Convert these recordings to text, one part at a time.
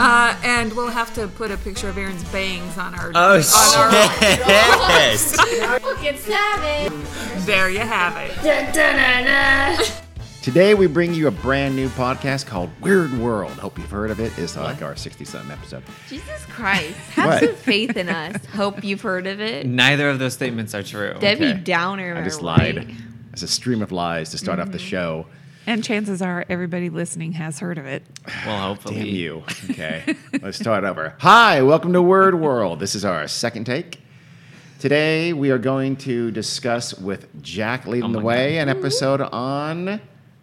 Uh, and we'll have to put a picture of Aaron's bangs on our. Oh on our- shit! Look, it's seven. there you have it. Today we bring you a brand new podcast called Weird World. Hope you've heard of it. It's like our 60 something episode. Jesus Christ. Have What? some faith in us. Hope you've heard of it. Neither of those statements are true. Debbie Downer. I just right? lied. It's a stream of lies to start off Mm-hmm. the show. And chances are everybody listening has heard of it. Well, hopefully. Damn you. Okay. Let's start over. Hi, welcome to Word World. This is our second take. Today we are going to discuss with Jack Oh leading the way an episode on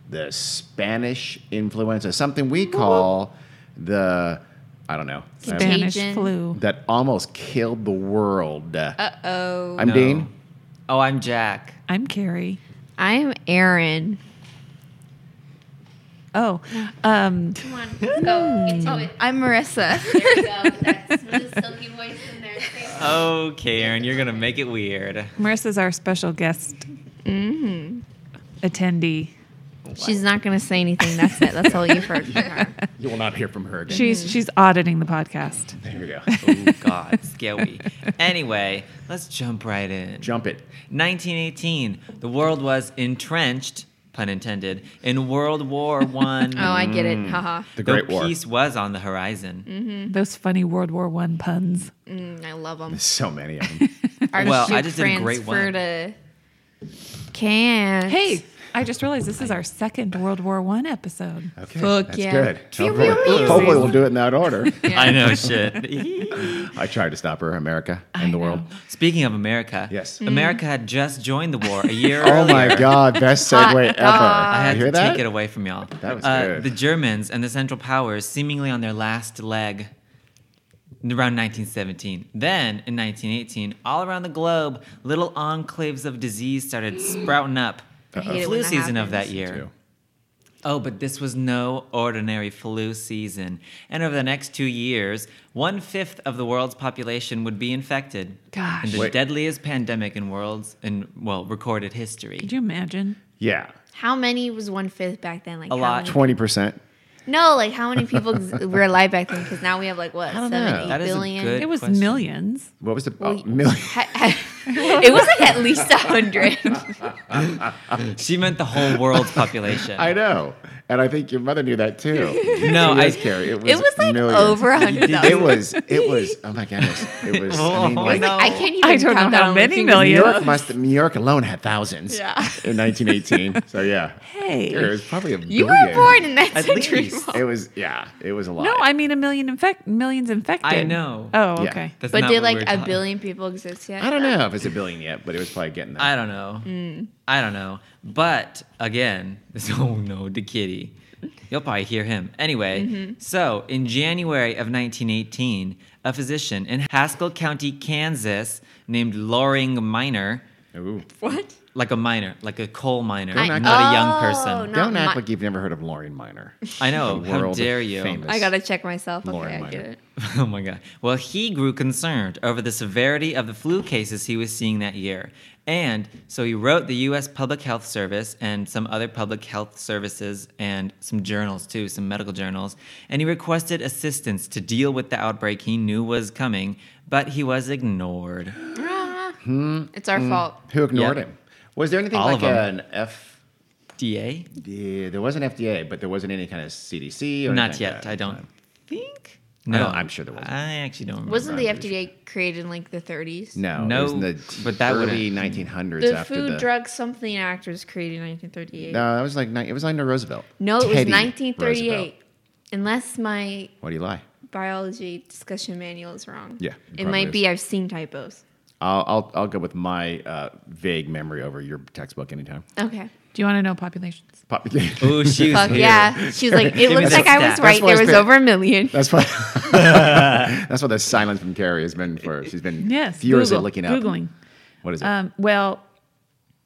the Spanish influenza, something we call the I don't know. Contagion. Spanish flu. That almost killed the world. Oh, I'm No. Dean. Oh, I'm Jack. I'm Carrie. I'm Aaron. Oh, um, Come on, let's go. Into it. Hmm. I'm Marissa. oh, There we go. That's with a silky voice in there. Okay, Aaron, Oh, you're gonna make it weird. Marissa's our special guest attendee. She's not going to say anything. That's it. That's all you've heard from her. You will not hear from her again. She's she's auditing the podcast. there you go. Oh God, scary. Anyway, let's jump right in. Jump it. 1918. The world was entrenched, pun intended, in World War One. Oh, I get Mm. it. Haha. The Though Great War. peace was on the horizon. Those funny World War One puns. Mm, I love them. So many of them. Well, I just did a great one. To can Hey, I just realized this is our second World War One episode. Okay. Fuck that's yeah. good. Pew, Hopefully- pew, pew. hopefully we'll do it in that order. I know shit. I tried to stop her, America and the world. Speaking of America, Yes. Mhm. America had just joined the war a year Oh earlier. my God, best segue ever. I had you hear to that? take it away from y'all. Uh, That was good. The Germans and the Central Powers seemingly on their last leg around 1917. Then, in 1918, all around the globe, little enclaves of disease started sprouting up. hate it Flu when that season of that happens. year. Too. Oh, but this was no ordinary flu season. And over the next two years, one fifth of the world's population would be infected. Gosh. In the Wait. deadliest pandemic in world's in well recorded history. Could you imagine? Yeah, How many was one fifth back then? Like A how lot. many- twenty percent. no, like how many people ex- were alive back then? Because now we have like what don't seven, know. eight That is a billion? good- It was question. millions. What was the oh, million? it was like at least a hundred. She meant the whole world's population. I know, and I think your mother knew that too. No, I- yes, Carrie. It was, It was like millions. over a hundred It thousand. was. It was. Oh my goodness! It was. I mean, Oh, like, no. Oh, I can't even I don't count know that how on many my fingers. New million. York must. New York alone had thousands. Yeah. In 1918. So yeah. Hey. There was probably a You were billion. born in that At century. least. It was. Yeah. It was a lot. No, I mean a million infect millions infected. I know. Oh, Yeah. okay. That's But not did what we like were a talking- billion people exist yet? I don't know if it's a billion yet, but it was probably getting there. I don't know. Mm. I don't know. But again, this oh no, the kitty. You'll probably hear him. Anyway, Mm-hmm. so in January of 1918, a physician in Haskell County, Kansas, named Loring Miner, Ooh. What? like a miner, like a coal miner, I- not a young Oh, person. no. Not Don't act my- like you've never heard of Lauren Miner. I know. The How world dare you? famous. I gotta check myself. Okay, Lauren I Miner. get it. Oh my God. Well, he grew concerned over the severity of the flu cases he was seeing that year. And so he wrote the US Public Health Service and some other public health services and some journals too, some medical journals. And he requested assistance to deal with the outbreak he knew was coming, but he was ignored. It's our fault. Who ignored Yeah. him? Was there anything All like of 'em. an F? DA? Yeah, there wasn't FDA, but there wasn't any kind of CDC or Not anything like yet. that. I don't think. I No, don't- I'm sure there wasn't. I actually don't remember. Wasn't the I'm pretty FDA created in like the 30s? No, it No, was in the but that early wouldn't- 1900s. The after Food the, Drug Something Act was created in 1938. No, No, that was like ni- it was under Roosevelt. it was Teddy 1938. Roosevelt. Unless my Why do you lie? biology discussion manual is wrong. Yeah, It probably might is. be I've seen typos. I'll I'll, I'll go with my uh, vague memory over your textbook anytime. Okay. Do you want to know populations? Pop- Ooh, Oh, she was Fuck here. yeah. She was like, it me looks the like I was stat. That's right. why There I was spit- over a million. That's what that's what the silence from Carrie has been for. She's been Yes. furiously Google- looking up. Googling. What is it? Uh, Um, well,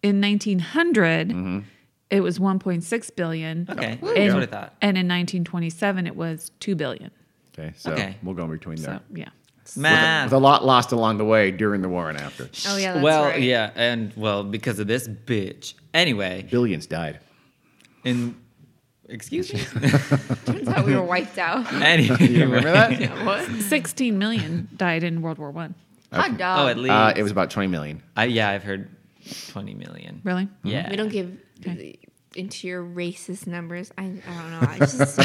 in 1900, it was 1.6 billion, Okay, Yeah. that's what I thought. and in 1927, it was 2 billion. okay, so okay. we'll go in between there. So, yeah. Math. With a lot lost along the way during the war and after. Oh, yeah. That's well, right. yeah, and well, because of this bitch. Anyway, Billions died. in excuse me. Turns out we were wiped out. anyway, Remember that? 16 million died in World War One. Hot dog. Oh, at least uh, it was about 20 million. I, yeah, I've heard twenty million. Really? Yeah, We don't give into your racist numbers. I, I don't know. I just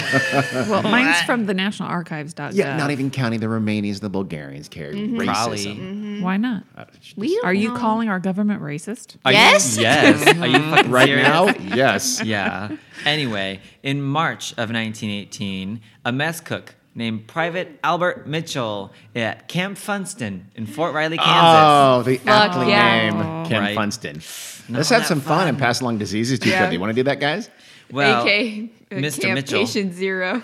Well, mine's from the National Archives.gov. Yeah, not even counting the Romanians, the Bulgarians, Carrie. Mhm. probably. Racism. Why not? Uh, we don't Are you know. calling our government racist? Are you- Yes? yes. Are you fucking Mm-hmm. Right serious? now, yes. yeah. Anyway, in March of 1918, a mess cook named Private Albert Mitchell at Camp Funston in Fort Riley, Kansas. Oh, the aptly yeah. name Ken Right. Funston. Let's have that some fun, and pass along diseases to each other. You want to do that, guys? well, AK uh, Mr. Camp Mitchell. Patient Zero.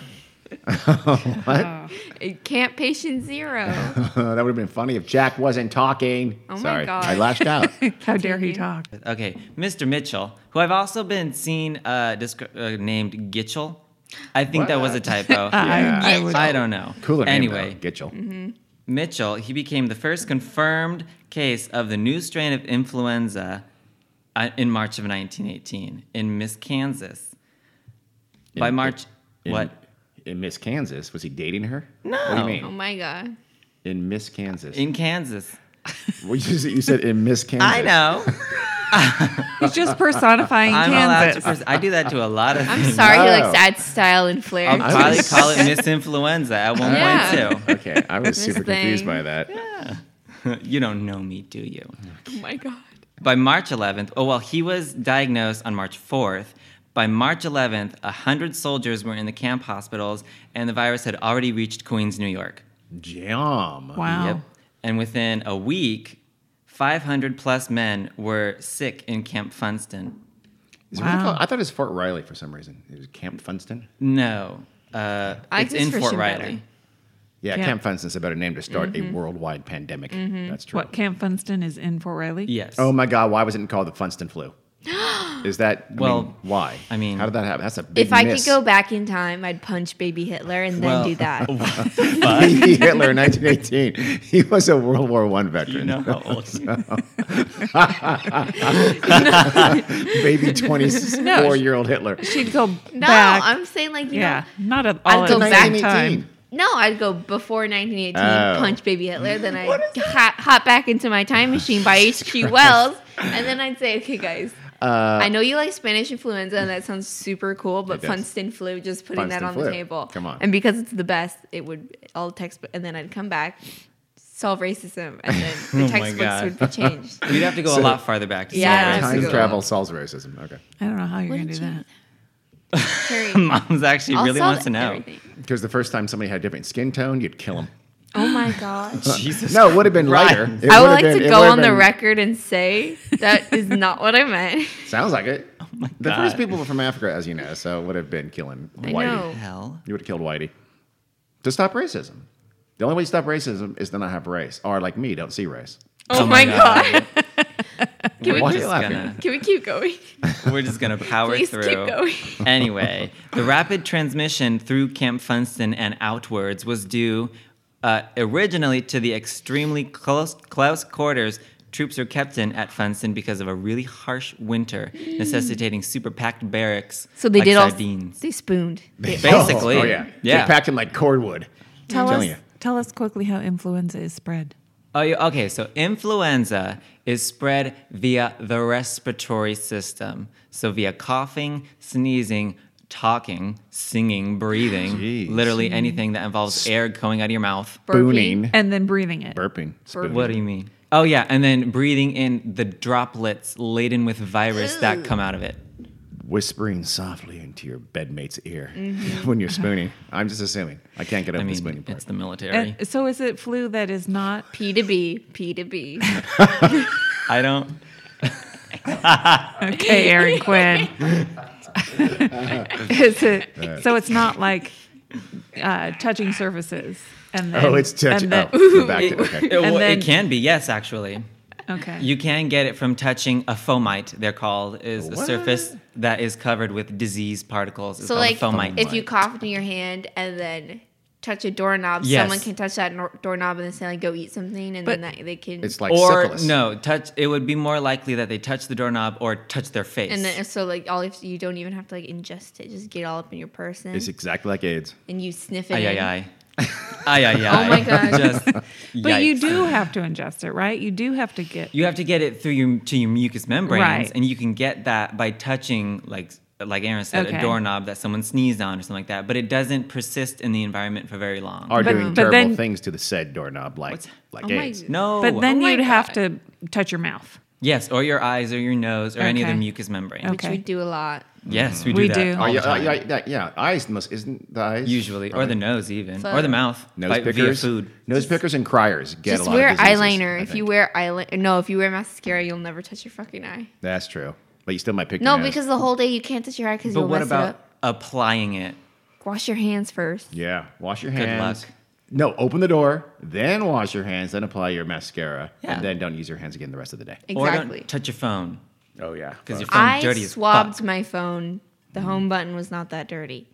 What? Uh, Camp Patient Zero. that would have been funny if Jack wasn't talking. Oh my Sorry, God. I lashed out. How dare he talk? okay, Mr. Mitchell, who I've also been seen uh, descri- uh, named Gitchell. I think that was a typo. Yeah. I, I don't know. Cooler name, anyway, though. Gitchell. Mitchell, he became the first confirmed case of the new strain of influenza uh, in March of 1918 in Miss Kansas. By In- March, In- what? In Miss Kansas, was he dating her? No. What do you mean? Oh my god. In Miss Kansas. In Kansas. well, you, said, you said in Miss Kansas. I know. He's just personifying I'm allowed to. Kansas. Pers- I do that to a lot of I'm things. sorry he Wow. likes to add style and flair. I'll Oh was- probably call it Miss Influenza at one Yeah. point Okay, I was Miss super confused by Thing. that. too. you don't know me, do you? oh my god. By March 11th, oh well, he was diagnosed on March 4th. By March 11th, 100 soldiers were in the camp hospitals, and the virus had already reached Queens, New York. Jam. Wow. Yep. And within a week, 500 plus men were sick in Camp Funston. Is it really Wow. called- I thought it was Fort Riley for some reason. It was Camp Funston. No, uh, I it's just in wish Fort him better. Riley. Yeah, Yeah. Camp Funston's a better name to start a worldwide pandemic. That's true. What Camp Funston is in Fort Riley? Yes. Oh my God! Why wasn't it called the Funston flu? Is that I Well, mean, why? I mean- how did that happen? That's a big If I could miss. go back in time, I'd punch baby Hitler and then Well- do that. Baby Hitler in 1918. He was a World War One veteran. You know how old you are. Baby 24 year old Hitler. She'd go No, back. I'm saying like you yeah, know. not at all I'd at go the back same time. No, I'd go before 1918, Oh. punch baby Hitler, then I'd hop, hop back into my time machine by H.G. Wells, and then I'd say, okay, guys, I know you like Spanish influenza, and that sounds super cool, but Uh, It does. Funston flu, just putting that Funston on flu. the table. Come on. And because it's the best, it would all textbook, and then I'd come back, solve racism, and then Oh the textbooks God. would be changed. You'd have to go a lot farther back. To Yeah. solve Time go. travel solves racism. Okay. I don't know how you're going to do did you- that. Carrie, it. Mom's actually I'll really solve wants to know. everything. Because the first time somebody had a different skin tone, you'd kill him. Oh my gosh. Jesus. No, it would have been Right. lighter. It I would've would like been- to it go would've on the been- record and say that is not what I meant. Sounds like it. Oh my the first God. people were from Africa, as you know, so it would have been killing I Whitey. know. Hell. You would have killed Whitey to stop racism. The only way to stop racism is to not have race, or like me, don't see race. Oh, my god. We're Why are you just laughing? gonna- Can we keep going? We're just gonna power Please through. keep going. anyway, the rapid transmission through Camp Funston and outwards was due uh, originally to the extremely close, close quarters troops were kept in at Funston because of a really harsh winter, necessitating super packed barracks. Mm. So they like did all sardines. they spooned. They Basically. Oh, yeah. Yeah. They packed him like cordwood. Tell telling us, you. tell us quickly how influenza is spread. Oh, yeah, okay. So influenza is spread via the respiratory system. So via coughing, sneezing, talking, singing, breathing, Jeez. literally anything that involves air going out of your mouth. burping. Booning. And then breathing it. Burping. Spooning. What do you mean? Oh yeah, and then breathing in the droplets laden with virus that come out of it. whispering softly into your bedmate's ear Mm-hmm. when you're spooning. I'm just assuming. I can't get over I the mean, spooning part. it's the military. And so is it flu that is not? P to B, P to B. I don't. Okay, Aaron Quinn. is it? So it's not like uh, touching surfaces. And then, oh, it's touch. and then- oh, we're back to, okay. It, well, then- it can be, yes, actually. okay. You can get it from touching a fomite, they're called, is a surface that is covered with disease particles. It's So called a like, fomite. if you cough into your hand and then touch a doorknob, Yes. someone can touch that nor- doorknob and then say like, go eat something, and But- then that, they can. It's like or syphilis. no, touch it would be more likely that they touch the doorknob or touch their face. and then so like all if you don't even have to like ingest it, just get all up in your person It's exactly like AIDS. and you sniff it. Ay, in. ay, ay. Ay, ay, ay. Oh my God. Just, But you yikes. do have to ingest it, right? You do have to get. You have to get it through your to your mucous membranes, Right. and you can get that by touching, like like Aaron said, Okay. a doorknob that someone sneezed on or something like that. But it doesn't persist in the environment for very long. Are But- doing but terrible then- things to the said doorknob, like Oh like AIDS. no, But then my you'd have God. to touch your mouth. yes, or your eyes, or your nose, or any of the Okay. mucous membranes. Okay. Which we do a lot. Yes, we do We that. do. all Are the you, uh, time. yeah, yeah, yeah, eyes must isn't the eyes usually, or Right. the nose even, So- or the mouth. nose by- via pickers, food. nose pickers and criers get a just lot wear of diseases, eyeliner. I If you think. wear eyeliner, no, if you wear mascara, you'll never touch your fucking eye. that's true, but you still might pick No, your nose. because the whole day you can't touch your eye because But you'll what mess it about up. applying it? Wash your hands first. yeah, wash your Good hands. luck. No, open the door, then wash your hands, then apply your mascara, Yeah. and then don't use your hands again the rest of the day. Or Exactly. don't touch your phone. Oh yeah, 'Cause fuck. your phone I dirty as swabbed fuck. my phone. The home button was not that dirty.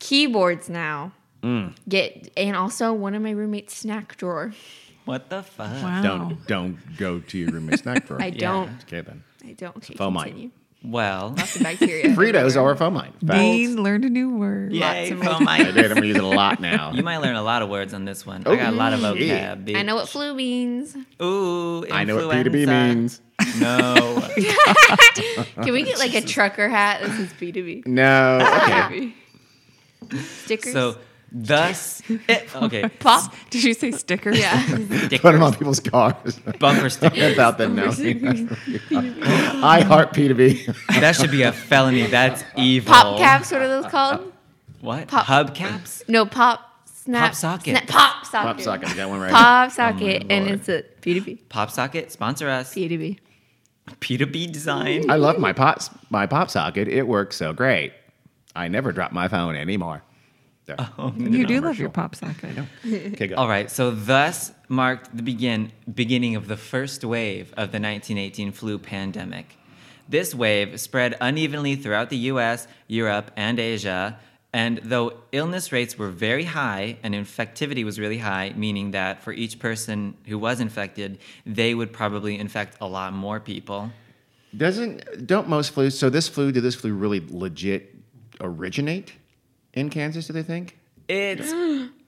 Keyboards now. Mm. Get and also one of my roommate's snack drawer. What the fuck? Wow. Oh. don't don't go to your roommate's snack drawer. I don't. Okay then, I don't. Okay, Fomite. continue. Well, Lots of bacteria. Fritos are a phone line. Dean learned a new word. yay, of phone I might- did. I'm gonna use it a lot now. You might learn a lot of words on this one. Oh, I got a lot of vocab. yeah. bitch. I know what flu means. Ooh, I know what B2B means. influenza. No. Oh, Can we get like a trucker hat? This is B two B. No. Okay. Stickers. so, thus, eh, okay, Pop. Did you say stickers? yeah. Put them on people's cars. bumper sticker. Without them now. I heart P2B. That should be a felony. That's evil. Oh. Pop caps. What are those called? What? Pop- Hubcaps? No, pop snap Pop socket. snap- pop socket. Pop socket. Oh I got one right. Pop socket, and it's a B2B. Pop socket? Sponsor us. B2B. P2B design. I love my pop my pop socket. It works so great. I never drop my phone anymore. There. You do love your pop socket. Okay, go. All right, so thus marked the begin beginning of the first wave of the 1918 flu pandemic. This wave spread unevenly throughout the US, Europe, and Asia, and though illness rates were very high and infectivity was really high, meaning that for each person who was infected, they would probably infect a lot more people. Doesn't don't most flus? So this flu did this flu really legit originate in Kansas? Do they think? It's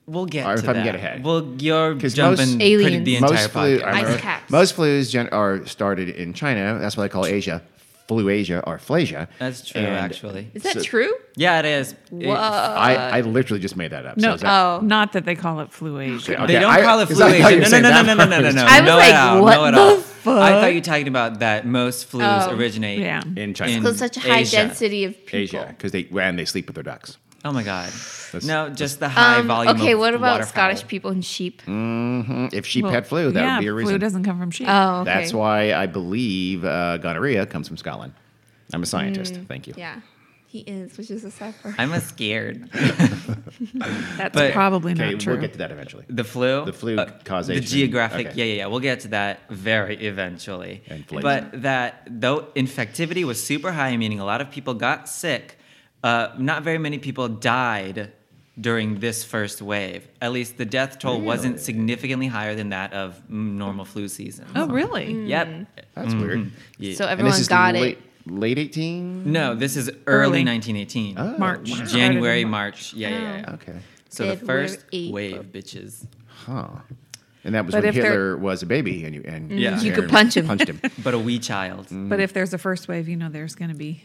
we'll get Or to if I can that. get ahead. Well, you're 'Cause jumping most- pretty Aliens. the entire most flu I podcast. remember- caps. most flus gen- are started in China. That's what they call Asia, flu Asia or flasia. That's true, And actually. Uh, Is that So- true? Yeah, it is. It- Whoa. I, I literally just made that up. No, is that- Oh. not that they call it flu Asia. Okay, They don't I- call it 'cause I flu thought you were Asian. No, saying no, no, that no, no, no, no, first. no. I was no like, at all, what no at the all. I fuck? thought you were talking about that most flus Oh. originate. Yeah. In China. in So such a high Asia. density of people. Asia because they and they sleep with their ducks. Oh my god. That's- No, just the high Um, volume. okay, of what about waterfowl. Scottish people and sheep? Mm, Mm. If sheep Well, had flu, that yeah, would be a reason. Flu doesn't come from sheep. Oh, okay. That's why I believe uh, gonorrhea comes from Scotland. I'm a scientist. Thank you. Mm. Yeah, he is, which is a cipher. I'm a scared. That's but- probably Okay, not true. we'll get to that eventually. The flu? Uh, The flu causation. The geographic. Okay. Yeah, yeah, yeah. We'll get to that very eventually. Inflation. But that, though infectivity was super high, meaning a lot of people got sick, uh, not very many people died during this first wave. At least the death toll wasn't significantly higher than that of mm, normal flu season. oh, really? Yep. That's weird. Yeah. So And everyone this is got late, it. late 18? no, this is early, Early. 1918. Oh, March. wow. January, March. Yeah, yeah, yeah. yeah. Okay. So the February, first April. wave, bitches. Huh. And that was But when if they're- Hitler was a baby and you and Yeah. You could Aaron punch him. Punched him. Mm. But a wee child. But if there's a first wave, you know there's going to be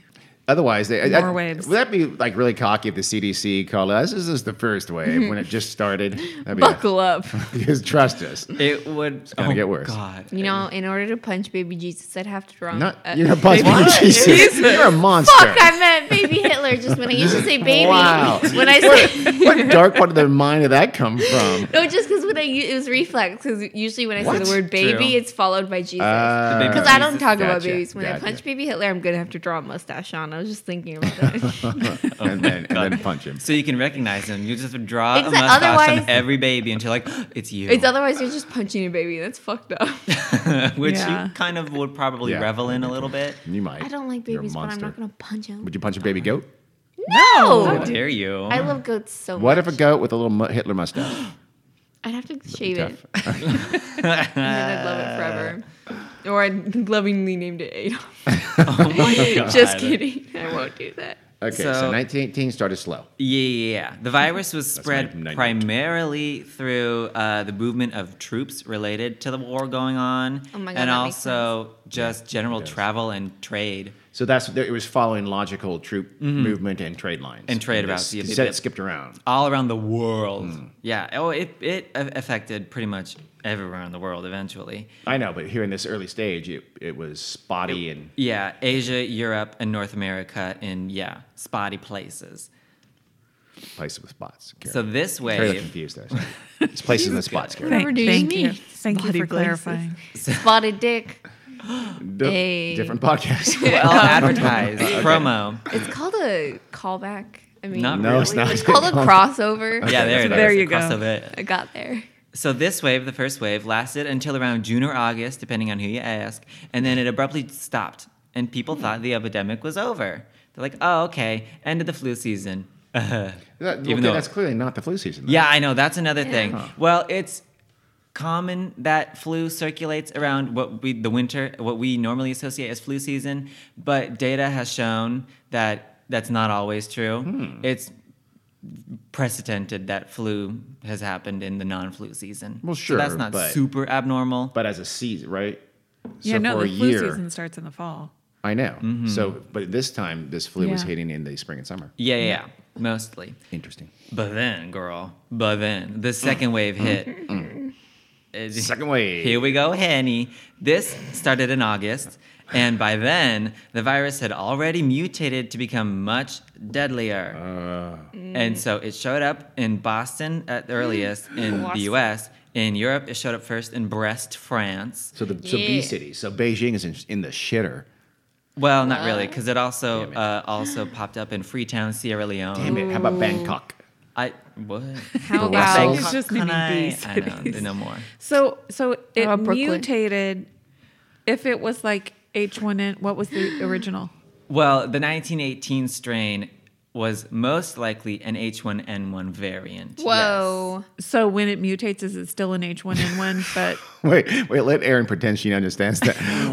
Otherwise, they, More that- waves. Would that be like really cocky if the CDC called us? This is the first wave when it just started. That'd be- Buckle up. Just trust us. It would gonna oh, get worse. God. You know, in order to punch baby Jesus, I'd have to draw. Not uh, you're a bunch Fuck, Jesus. You're a monster. I meant baby Hitler just when I used to say baby. Wow. When I say. what dark part of their mind did that come from? No, just because when I u- it was reflex. Because usually when I say the word True. baby, it's followed by Jesus. Uh, because I don't talk about gotcha, babies. When I gotcha. punch baby Hitler, I'm gonna have to draw a mustache on. I was just thinking about that. and, then, and then punch him. So you can recognize him. You just draw a Except mustache otherwise- on every baby until like it's you, it's otherwise you're just punching a baby. That's fucked up. which Yeah. you kind of would probably Yeah. revel in a little bit. You might. I don't like You're a babies, but I'm monster. not gonna Uh, punch them. Would you punch a baby goat? How No, dare you? I love goats so much. What if a goat with a little mu- Hitler mustache? I'd have to shave it, and Tough. Uh. then I'd love it forever. Or I'd lovingly named it Adolf. oh my God. Just kidding. I won't do that. Okay, so, So- 1918 started slow. Yeah, yeah, yeah. The virus was my- spread my note. primarily through uh, the movement of troops related to the war going on, Oh my God, and that makes also just general does. travel and trade. So that's there, it was following logical troop movement and trade lines Mm-hmm. And trade It routes, just- yep, it yep, said yep. it skipped around. all around the world. Hmm. Yeah. Oh, it it a- affected pretty much everywhere in the world eventually. I know, but here in this early stage, it, it was spotty and Yeah, Asia, Europe, and North America in yeah spotty places. places with spots. Karen. So this Very wave, confused there. so. It's places in the spots. Karen. Thank, reducing thank me. you. Thank you Body for places. clarifying. Spotted dick. Nope, Hey. Different podcast. well, advertise promo. It's called a callback. I mean, Not No, it's not. It's called a crossover. Yeah, there it is. There you the cost go. of it. I got there. So this wave, the first wave, lasted until around June or August, depending on who you ask, and then it abruptly stopped. And people thought the epidemic was over. They're like, "Oh, okay, end of the flu season." That- Even okay, though- that's clearly not the flu season. though. Yeah, I know. That's another thing. Well, it's common that flu circulates around what we the winter what we normally associate as flu season, but data has shown that that's not always true. Hmm. It's precedented that flu has happened in the non-flu season. Well, So that's sure, not but- super abnormal. But as a season, right? Yeah, so no, for the a flu year, season starts in the fall. I know. Mm-hmm. So, but this time, this flu was Yeah. hitting in the spring and summer. yeah, yeah, yeah, mostly. Interesting. But then, girl, but then the second wave hit. It- Mm. Second wave. Here we go, Henny. This started in August, and by then, the virus had already mutated to become much deadlier. Uh. and so it showed up in Boston at the earliest in the US. In Europe, it showed up first in Brest, France. So the so B Yeah. city. So Beijing is in, in the shitter. Well, not really, because it also Damn it. uh, also popped up in Freetown, Sierra Leone. Damn it! How Oh. about Bangkok? I what? How about- about It's just Can naming I, these I know, cities. no more. So so it about Brooklyn? mutated. If it was like H1N, what was the original? Well, the 1918 strain was most likely an H1N1 variant. whoa? So when it mutates, is it still an H1N1? But Wait, wait. Let Aaron pretend she understands that. Whoa.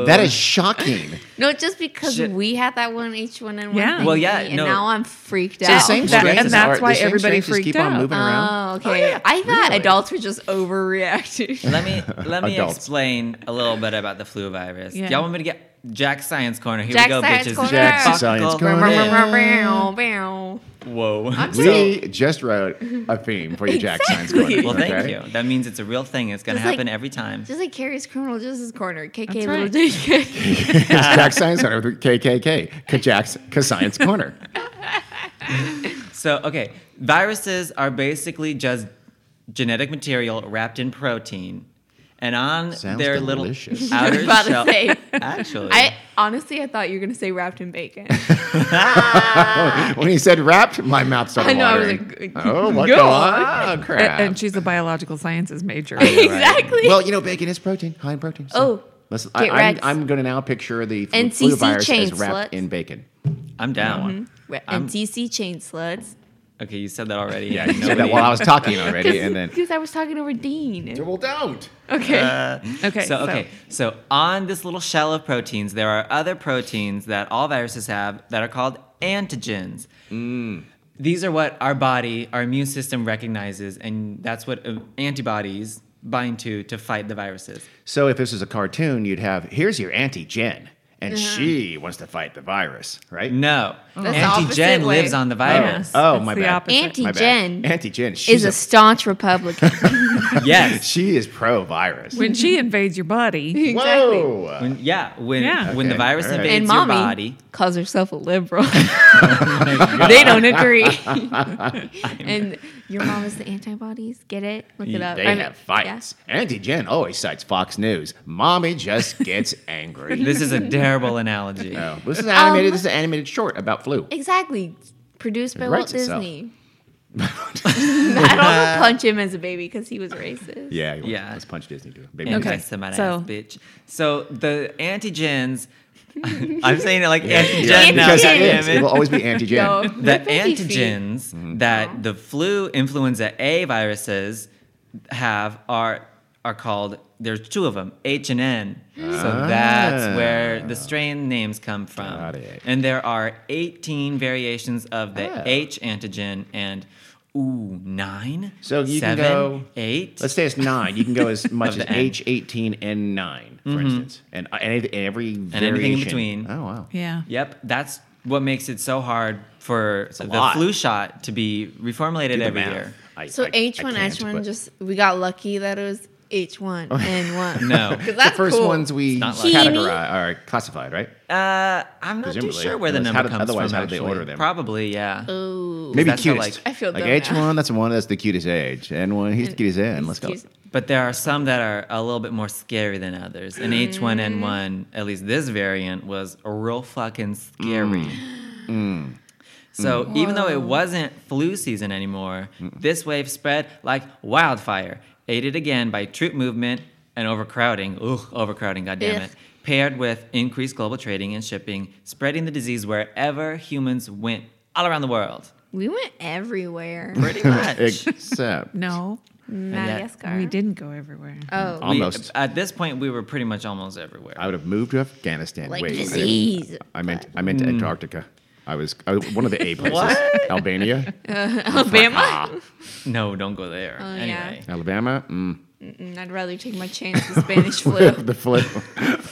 what? That is shocking. No, just because Shit. we had that one H one N one. Yeah. Well, yeah, and no. now I'm freaked out. The same That- and strains that's are- why the same everybody strains just keep freaked on out. moving around. Oh, okay. I thought adults were just overreacting. Let me let me Adults. explain a little bit about the flu virus. Yeah. Y'all want me to get Jack Science Corner? Here Jack we go, Science bitches. Corner. Jack's Fuck science Buckle. going in. Whoa. We just wrote a theme for your Jack Science Exactly. Corner. well, thank okay? you. That means it's a real thing. It's gonna Just like- happen every time. Just like Carrie's criminal justice corner, KK That's little right. JK. It's Jack Science Corner with KKK. Ka- Jack's Ka Science Corner. So, okay, viruses are basically just genetic material wrapped in protein, and on Sounds their delicious. little outer about to shell. say. Actually, I honestly, I thought you were gonna say wrapped in bacon. Oh, When he said wrapped, my mouth started I know, I was watering. like, oh, what go the- on. Oh, crap. Oh, and she's a biological sciences major. exactly. well, you know, bacon is protein, high in protein. so Oh, let's, get I, am Rex. I'm going to now picture the flu, NCC flu virus chain as wrapped sluts. in bacon. I'm down. Ra- and TC chain sluts. Okay, you said that already. Yeah, you said that while I was talking already, and then Because I was talking over Dean. well, don't. Okay. Okay. So, okay, so on this little shell of proteins, there are other proteins that all viruses have that are called antigens. Mm. These are what our body, our immune system recognizes, and that's what uh, antibodies bind to to fight the viruses. So if this was a cartoon, you'd have here's your anti Jen, and Uh-huh. she wants to fight the virus, right? No. the Auntie Jen opposite way. lives on the virus. Oh, It's my the bad. opposite. Auntie My bad. Jen Auntie Jen. She's is a staunch Republican. Yes. she is pro virus. when she invades your body, Whoa. When, yeah. When Yeah. when the Okay, virus all right. invades and your mommy body. calls herself a liberal. they don't agree. and your mom is the antibodies. Get it? Look it up. They I know. have fights. Auntie Jen always cites Fox News. Mommy just gets angry. This is a terrible analogy. Oh, this is animated. this is an animated short about flu. Yeah. Exactly. Produced by It Walt writes itself. Disney. I don't want to punch him as a baby because he was racist. Yeah, Yeah. Let's punch Disney too. Baby Okay. Disney. Anti-Semite so- ass bitch. So the antigens. I'm saying it like antigen Yeah, now. because it damn is. It will always be Auntie Jen. No. the They're baby feet. antigens that the flu influenza A viruses have are are called there's two of them H and N. So that's where the strain names come from. Ah. Got it. And there are 18 variations of the Oh. H antigen and ooh nine. So you can seven, go- eight. Let's say it's nine. You can go as much Of as the N. Mm-hmm. H18 and 9 for instance, and, and every variation. anything in between. Oh wow. yeah. Yep, that's what makes it so hard for a the lot. flu shot to be reformulated Do the every math. year. I- So I- I can't, H1H1 but- just we got lucky that it was H1N1. No. because that's the first cool. ones we not like- categorized are classified, right? Uh, I'm not Presumably. too sure where the Otherwise, number how did- comes otherwise, from. how did they actually. order them? Probably, yeah. Ooh. Maybe That's how, cutest. like- I feel like dumb now. H one. That's the one that's the cutest age, and one he's the cutest end. Let's go. Excuse- But there are some that are a little bit more scary than others. And H1N1, at least this variant, was real fucking scary. So even though it wasn't flu season anymore, this wave spread like wildfire, aided again by troop movement and overcrowding. Ugh, overcrowding, goddamn Ugh. it. Paired with increased global trading and shipping, spreading the disease wherever humans went, all around the world. We went everywhere. Pretty much. Except No, Madagascar. we didn't go everywhere. Oh. We- almost. at this point, we were pretty much almost everywhere. I would have moved to Afghanistan. Like Wait, I didn't- disease. I, meant I Mm. meant Antarctica. I was, I was one of the A places. What? Albania, Ah. Alabama. No, don't go there. yeah. anyway. Alabama. Mm. Mm, I'd rather take my chance with Spanish flu. the flu.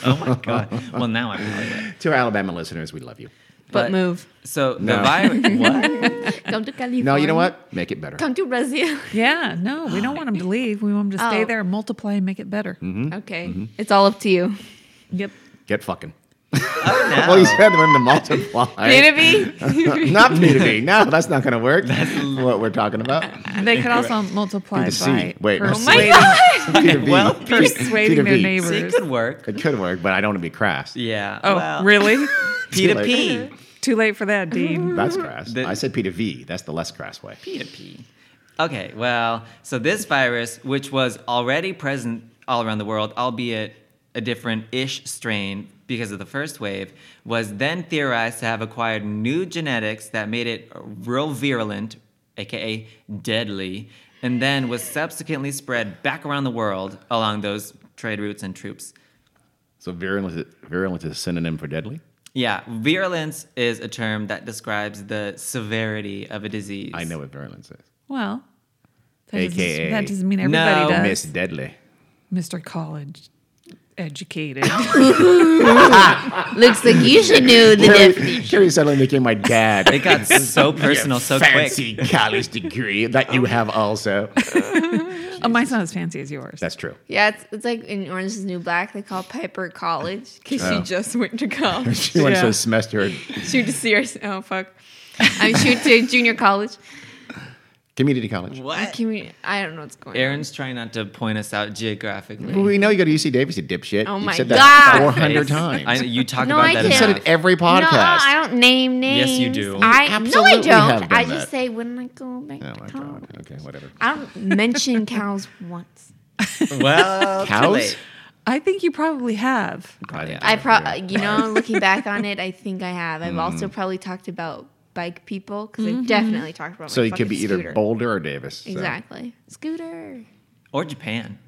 Oh my god. Well, now I probably would. to our Alabama listeners, we love you. But move. So No. the virus. What? Come to California. No, you know what? Make it better. Come to Brazil. Yeah, no, we don't want them to leave. We want them to stay Oh. there, multiply, and make it better. Mm-hmm. Okay. It's all up to you. Yep. Get fucking. Oh no. Well, you said them to multiply. Need to be? Not me to be. No, that's not going to work. That's what we're talking about. They could also multiply Be by the C. Wait, no, persuading, Oh My God. Peter V. Well, Peter- persuading Peter their V. neighbors. it could work. It could work, but I don't want to be crass. Yeah. Oh, well, really? P to Like- P. Too late for that, Dean. That's crass. The- I said P to V. That's the less crass way. P to P. Okay. Well, so this virus, which was already present all around the world, albeit a different ish strain because of the first wave, was then theorized to have acquired new genetics that made it real virulent, aka deadly, and then was subsequently spread back around the world along those trade routes and troops. So virulent, is- virulent is a synonym for deadly. Yeah, virulence is a term that describes the severity of a disease. I know what virulence is. Well, that, AKA. doesn't, that doesn't mean everybody No. does. Miss Deadly. Mr. College educated. Oh, Looks like you should know the Carrie, Carrie suddenly became my dad. It got so personal so quick. fancy college degree that you have also. oh, mine's not as fancy as yours. That's true. Yeah, it's, it's like in Orange is the New Black, they call Piper College because Oh. she just went to college. She went to Yeah. a semester. she went to CRC. Oh, fuck. I'm she went to junior college. Community college. What? Community, I don't know what's going on. Aaron's trying not to point us out geographically. We know you go to UC Davis, you dipshit. Oh You've my said that God. 400 times. I, you talk No, about I that. didn't. You've enough. said it every podcast. No, I don't name names. Yes, you do. I absolutely no, I have don't. done I just that. say when I go back Oh to my college. god. Okay, whatever. I don't mention cows once. Well, Cows? too late. I think you probably have. Probably. I probably, you know, looking back on it, I think I have. I've Mm-hmm. also probably talked about bike people because Mm-hmm. I definitely talked about. So my you could be fucking either scooter. Boulder or Davis. so. Exactly, scooter. Or Japan.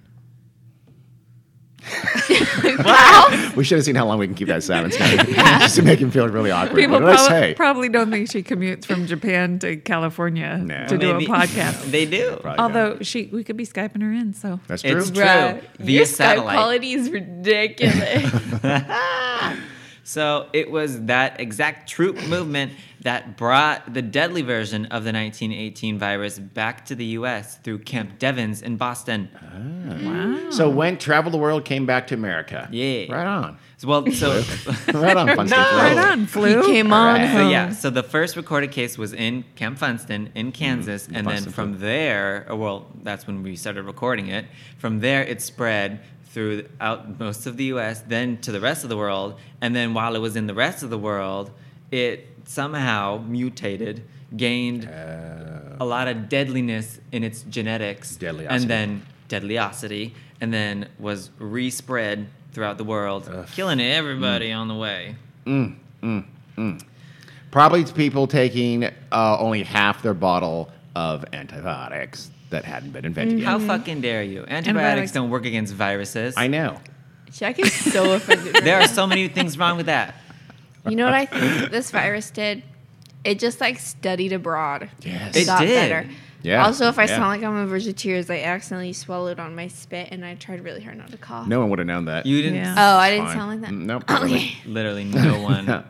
We should have seen how long we can keep that silence. just to make him feel really awkward. People what did prob- I say? probably don't think she commutes from Japan to California No. to do Maybe- a podcast. They do. Probably don't. Although she, we could be skyping her in. So that's true. It's true. Bruh, Via your Skype satellite. quality is ridiculous. So it was that exact troop movement that brought the deadly version of the 1918 virus back to the U.S. through Camp Devens in Boston. Uh, So went, traveled the world, came back to America. Yeah. Right on. So, Well, so Right on, Funston. Right on, flu. He came on Right, So home. yeah, so the first recorded case was in Camp Funston in Kansas, and then Funston from there, or well, that's when we started recording it. From there, it spread throughout most of the U.S., then to the rest of the world, and then while it was in the rest of the world, it somehow mutated, gained a lot of deadliness in its genetics, Deadliosity. and then deadliosity, and then was respread throughout the world, killing everybody on the way. Probably people taking uh, only half their bottle of antibiotics that hadn't been Mm. invented yet. How Mm-hmm. fucking dare you? Antibiotics, Antibiotics- don't work against viruses. I know. Jack is so offended. there are so many things wrong with that. You know what I think this virus did? It just like studied abroad. Yes. It Got did. Better. Yeah, Also, if I yeah. sound like I'm over to tears, I accidentally swallowed on my spit, and I tried really hard not to cough. No one would have known that. You didn't Yeah. Oh, I didn't Fine. sound like that. Mm, Nope. Okay. literally no one.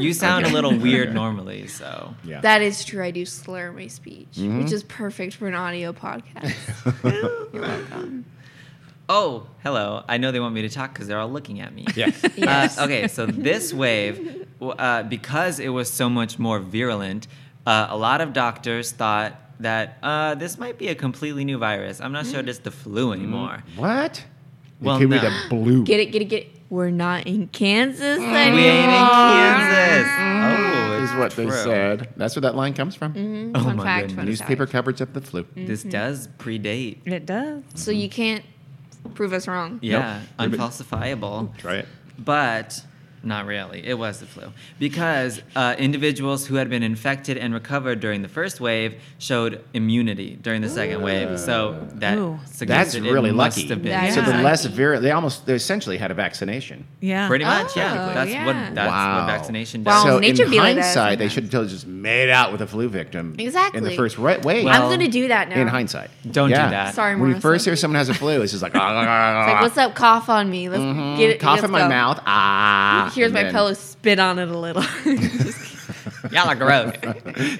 You sound a little weird normally, so Yeah. That is true. I do slur my speech, which is perfect for an audio podcast. You're welcome. Oh, hello. I know they want me to talk because they're all looking at me. Yes. Yes. Uh, okay, so this wave, w- uh, because it was so much more virulent, uh, a lot of doctors thought that uh, this might be a completely new virus. I'm not sure it's the flu Mm-hmm. anymore. What? Well, it could no. be the blue. Get it, get it, get it. We're not in Kansas anymore. We ain't in Kansas. Oh, is it's what they true. said. That's where that line comes from. Oh Fun my fact, goodness. fun Newspaper fact. coverage of the flu. Mm-hmm. This Mm-hmm. does predate. It does. So you can't prove us wrong. Yeah, Nope. unfalsifiable. Try it. But not really. It was the flu. Because uh, individuals who had been infected and recovered during the first wave showed immunity during the second wave. So that Ooh. suggested That's it really must lucky. have been. That So the Yeah. less virulent, they almost, they essentially had a vaccination. Yeah. Pretty much, Oh, yeah. That's what yeah. that's wow. what vaccination does. Wow, so nature in be like that hindsight, they sometimes. should have just made out with a flu victim in the Exactly. first right wave. Well, I'm gonna do that now. in hindsight, Don't do Yeah. that. Sorry, When you Marissa. first hear someone has a flu, it's just like, It's like, what's up? Cough on me. Let's get it. Mm-hmm. cough let's in my go. mouth. Ah, Here's and my then pillow. Spit on it a little. Just kidding. Y'all are gross.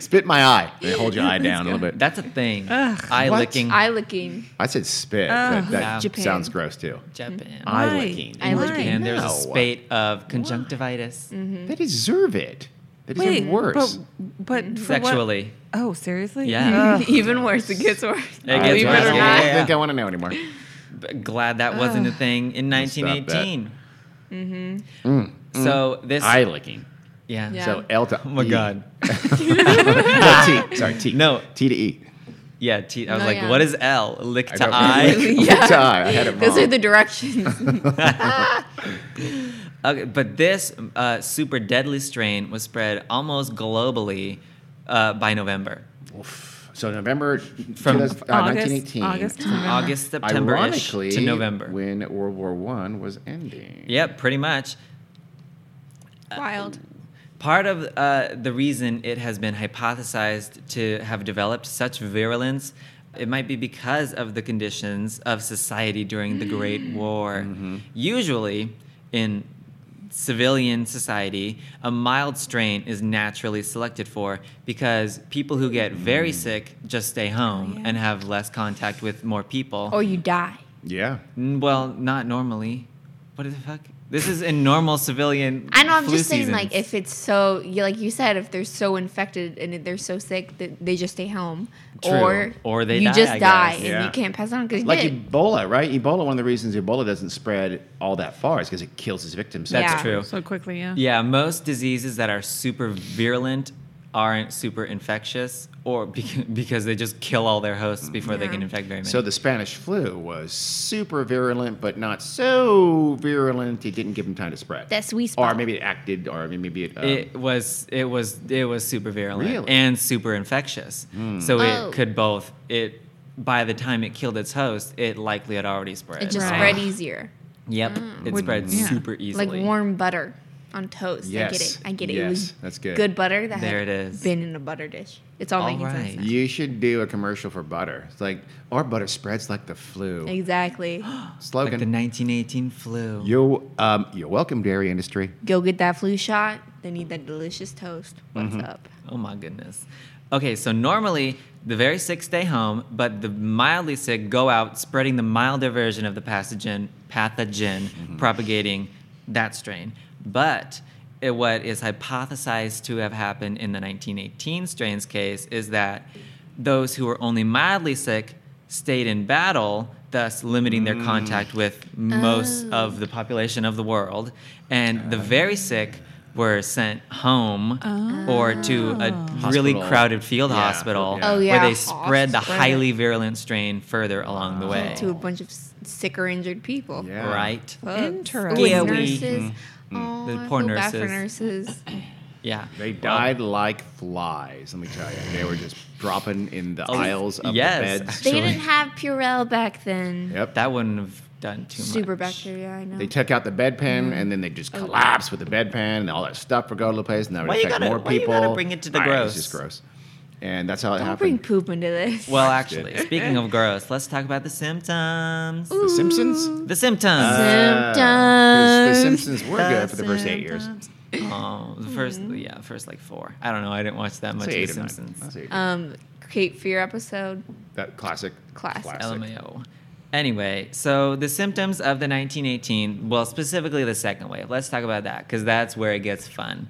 Spit in my eye. They hold your eye down a little bit. That's a thing. Ugh. Eye What? licking. Eye licking. I said spit. but that Yeah. Japan. sounds gross too. Japan. Eye Why? licking. Eye Why? licking. and there's No. a spate of conjunctivitis They deserve it. They deserve Wait, worse. But, but for what- sexually. Oh, seriously? Yeah. Even worse, it gets worse. It I gets Believe don't it worse. or Yeah, not. yeah, yeah. think I want to know anymore. But glad that wasn't a thing in Let's stop that. 1918. Mm, Mm-hmm. So this, Eye licking. yeah. Yeah. So L to Oh my E. god. no, T. Sorry, T. No. T to E. Yeah, T. I was No, like, yeah. what is L? Lick to don't- I. T to I. I had it wrong. Those are the directions. okay, but this uh, super deadly strain was spread almost globally uh, by November, so November 2000 From uh, August, 1918. August, November. August, September Ironically, to November. when World War One was ending. Yep, pretty much. Wild. Part of uh, the reason it has been hypothesized to have developed such virulence, it might be because of the conditions of society during the Great War. Usually, in civilian society, a mild strain is naturally selected for because people who get very sick just stay home and have less contact with more people. Or you die. Yeah. N- Well, not normally. What the fuck? This is in normal civilian. I know. I'm flu just saying, seasons. like, if it's so, you- like you said, if they're so infected and they're so sick that they just stay home, True. or Or they you die, just I die guess. and Yeah. you can't pass it on because you Like did. Ebola, right? Ebola. One of the reasons Ebola doesn't spread all that far is because it kills its victims. That's Yeah. true. So quickly, yeah. Yeah, most diseases that are super virulent aren't super infectious, or bec- because they just kill all their hosts before they can infect very many. So the Spanish flu was super virulent, but not so virulent it didn't give them time to spread. That Or sweet spot. maybe it acted, or maybe it. Um, it was it was it was super virulent Really? Hmm. and super infectious. So Oh. it could both. It by the time it killed its host, it likely had already spread. it just Hmm. Right. spread easier, yep, it Would- spread yeah. super easily. like warm butter. on toast. I get Yes. it. I get it. Yes. It was That's good. good butter that There had it is. been in a butter dish. It's all, All making right. sense. now. You should do a commercial for butter. It's like, our butter spreads like the flu. Exactly. Like the Slogan. 1918 flu. you, um, you're welcome, dairy industry. Go get that flu shot. They need that delicious toast. What's up? Oh my goodness. Okay, so normally the very sick stay home, but the mildly sick go out spreading the milder version of the pathogen, pathogen propagating that strain. But it, what is hypothesized to have happened in the 1918 strains case is that those who were only mildly sick stayed in battle, thus limiting Mm. their contact with most Oh. of the population of the world. And Oh. the very sick were sent home Oh. or to a really Hospital. crowded field Yeah. hospital Oh, where yeah. they spread the Hospital. highly virulent strain further along the way. To a bunch of s- sick or injured people. Oh. Yeah. Right? Fuck. School Interesting. Yeah, we- nurses. Oh, The I poor feel bad for nurses. Yeah. They Well, died like flies, let me tell you. They were just dropping in the aisles of Oh, yes, the beds. They didn't have Purell back then. Yep. That wouldn't have done too Super much. bacteria, I know. They took out the bedpan and then they just collapse with the bedpan and all that stuff would go to the place and that would Oh, Why you affect gotta- more why you people. gotta bring it to the Ah, It's gross? just gross. And that's how it Don't bring happened. poop into this. Well, actually, speaking of gross, let's talk about the symptoms. the Simpsons? The symptoms. Uh, 'cause the Simpsons were good for the first eight years. Oh, the first, yeah, first like four. I don't know. I didn't watch that much Say of The eight or nine. Simpsons. I'll say eight. um, Kate Fear episode. that classic. classic. LMAO. Anyway, so the symptoms of the 1918, well, specifically the second wave. Let's talk about that because that's where it gets fun.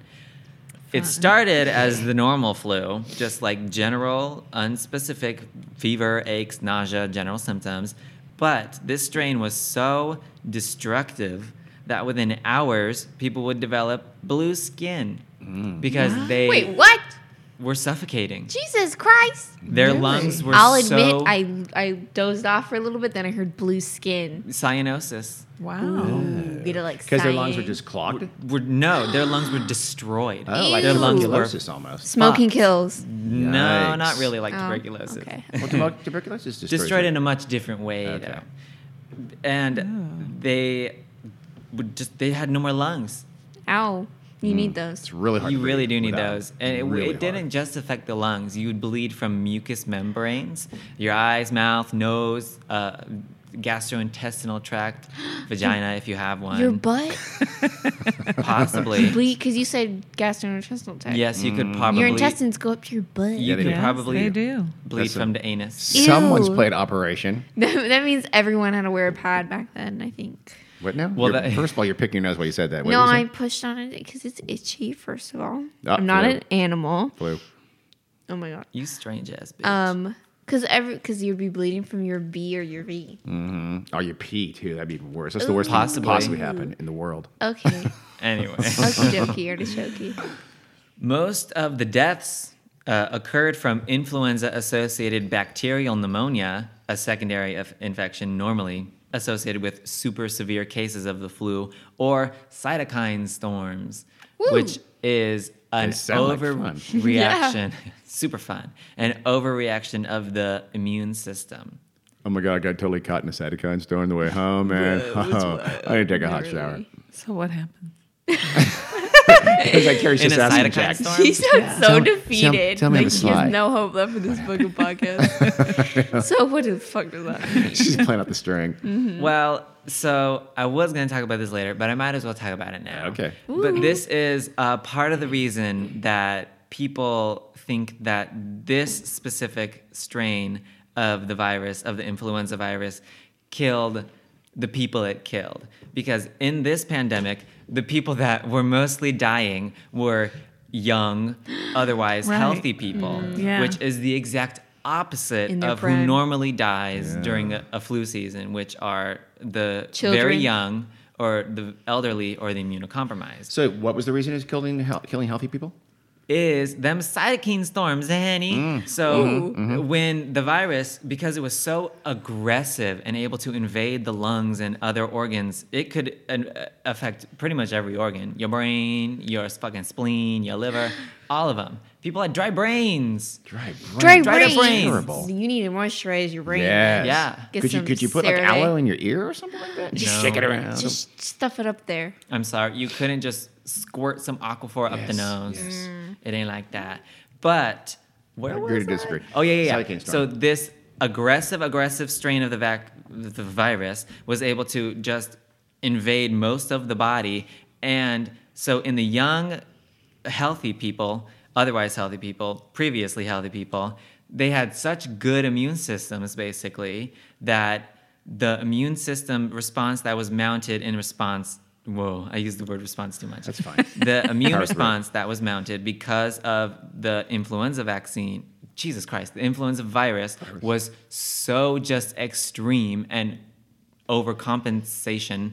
It started as the normal flu, just like general, unspecific fever, aches, nausea, general symptoms. But this strain was so destructive that within hours, people would develop blue skin because they Wait, what? were suffocating. Jesus Christ! Their lungs were I'll so admit, I I dozed off for a little bit, then I heard blue skin. cyanosis. Wow. Get it like Because their lungs were sighing. just clogged. Were, no, their lungs were destroyed. Oh, like their lungs were tuberculosis almost. smoking fucked. kills. no, Yikes. not really like Oh, tuberculosis. okay. Well, tuber- tuberculosis destroys Destroyed it. in a much different way, Okay. though. And they would just—they had no more lungs. Ow! You need those. It's really hard. You to really breathe do need without those, and it, really it didn't hard. just affect the lungs. You would bleed from mucous membranes, your eyes, mouth, nose, uh, gastrointestinal tract, vagina if you have one, Your butt possibly. bleed because you said gastrointestinal tract. Yes, you could probably. Your intestines go up to your butt. Yeah, You Mm. they could do. probably They do. bleed That's a- from the anus. Someone's Ew. played Operation. that means everyone had to wear a pad back then. I think. What now? Well, You're- that- first of all, you're picking your nose while you said that. What no, were I you pushed on it because it's itchy. First of all, Ah, I'm not flu. an animal. saying? Blue. Oh my god. You strange ass bitch. Um, because every because you'd be bleeding from your B or your V. Oh, your pee too. That'd be even worse. That's the worst thing Possibly. that could possibly happen in the world. Okay, anyway, okie dokie, artichoke. most of the deaths uh, occurred from influenza-associated bacterial pneumonia, a secondary of infection normally associated with super severe cases of the flu or cytokine storms, which is an They sound like fun. overreaction, super fun, an overreaction of the immune system. Oh my god, I got totally caught in a cytokine storm on the way home, man. Oh, I need to take a hot shower. So what happened? Because I carry In a assassin cytokine jack. storm, He sounds so Tell- defeated. tell- tell me I'm like a he sly. has no hope left for this fucking podcast. so what the fuck does that? mean? She's playing out the string. Mm-hmm. Well, so I was going to talk about this later, but I might as well talk about it now. Okay. But this is uh, part of the reason that people think that this specific strain of the virus, of the influenza virus, killed the people it killed. Because in this pandemic, the people that were mostly dying were young, otherwise Right. healthy people, Yeah. which is the exact opposite Mm-hmm. In their of who prime. normally dies during a, a flu season, which are the very Children. young or the elderly or the immunocompromised. So, what was the reason it's killing hel- killing healthy people? is them cytokine storms, honey. So when the virus, because it was so aggressive and able to invade the lungs and other organs, it could uh, affect pretty much every organ: your brain, your fucking spleen, your liver, all of them. People had dry brains. Dry Dry brain. Dry brain. brains. Terrible. You need to moisturize your brain. Yes. Yeah. Get could you some could you put like Cerave. aloe in your ear or something like that? Just No. shake it around. Just stuff it up there. I'm sorry, you couldn't just squirt some aquaphor up the Yes, nose. yes. It ain't like that. But where was Agree to I? disagree. Oh yeah, yeah. yeah. Cytokine storm. So this aggressive, aggressive strain of the vac- the virus was able to just invade most of the body, and so in the young, healthy people, otherwise healthy people, previously healthy people, they had such good immune systems basically that the immune system response that was mounted in response. Whoa, I used the word response too much. That's fine. The immune Power through. response that was mounted because of the influenza vaccine. Jesus Christ, the influenza virus was so just extreme and overcompensation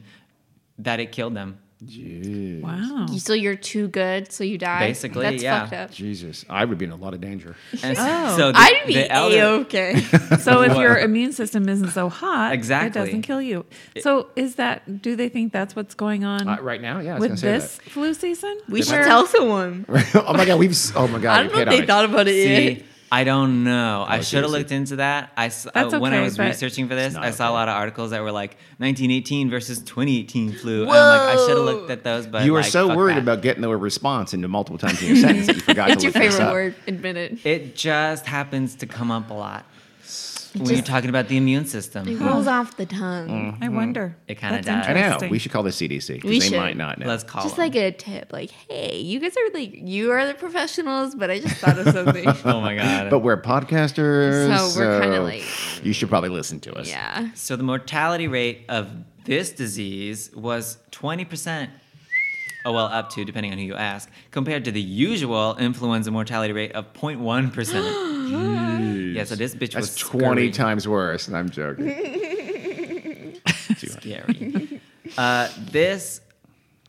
that it killed them. Wow. You- So you're too good, so you die. Basically, That's yeah. fucked up. Jesus, I would be in a lot of danger. And Oh. so the, I'd be the elder- a-okay. So if your Wow. immune system isn't so hot, Exactly. it doesn't kill you. So is that? Do they think that's what's going on Uh, right now, yeah, I was with gonna say this flu season? we should Where- tell someone. that. oh my god, we've. s- Oh my god, I don't we've hit know if on they it. thought about it yet. See, I don't know. I I see, should I have see. looked into that. I s- That's uh, when I okay, was but- researching for this, not I saw okay. a lot of articles that were like 1918 versus 2018 flu. And I'm like, I should have Whoa. looked at those, but you were like, so fuck worried that. about getting the response into multiple times in your sentence that you forgot What's to your look this favorite up. word? Admit it. It just happens to come up a lot when you're talking about the immune system. It rolls off the Mm. tongue. I Mm, wonder. It kinda That's does. I know. interesting. We should call the CDC We because they should. might not know. Let's call Just them. like a tip, like, hey, you guys are like, you are the professionals, but I just thought of something. oh my god. but we're podcasters, So we're kinda like- you should probably listen to us. yeah. so the mortality rate of this disease was 20%. Oh, well, up to, depending on who you ask, compared to the usual influenza mortality rate of 0.1%. yeah, so this bitch That's was 20 scurry. times worse, and I'm joking. scary. uh, this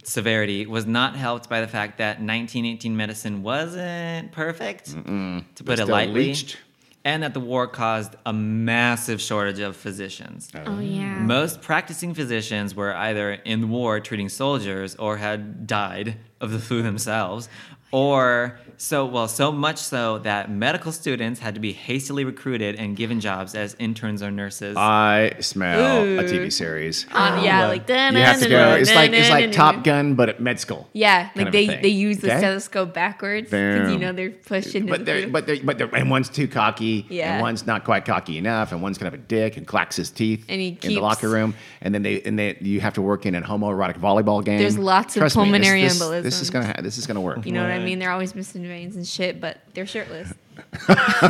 severity was not helped by the fact that 1918 medicine wasn't perfect, to put it still lightly, leached. and that the war caused a massive shortage of physicians. Oh yeah. Most practicing physicians were either in the war treating soldiers or had died of the flu themselves. Or so well, so much so that medical students had to be hastily recruited and given jobs as interns or nurses. I smell a Ooh. TV series. Um, yeah, like You have to go. It's like it's like Top Gun, but at med school. Yeah, kind like of a they, thing. they use the Okay? stethoscope backwards because you Boom. know they're pushed into But the they're, food. but they're, but they're, and one's too cocky, Yeah. and one's not quite cocky enough, and one's gonna have a dick and clacks his teeth And he in the keeps- locker room, and then they and they you have to work in a homoerotic volleyball game. There's lots of Trust me, this- pulmonary this, this, is embolisms. gonna ha- this is gonna work. you know what I mean? They're always missing veins and shit, but they're shirtless. Doctor,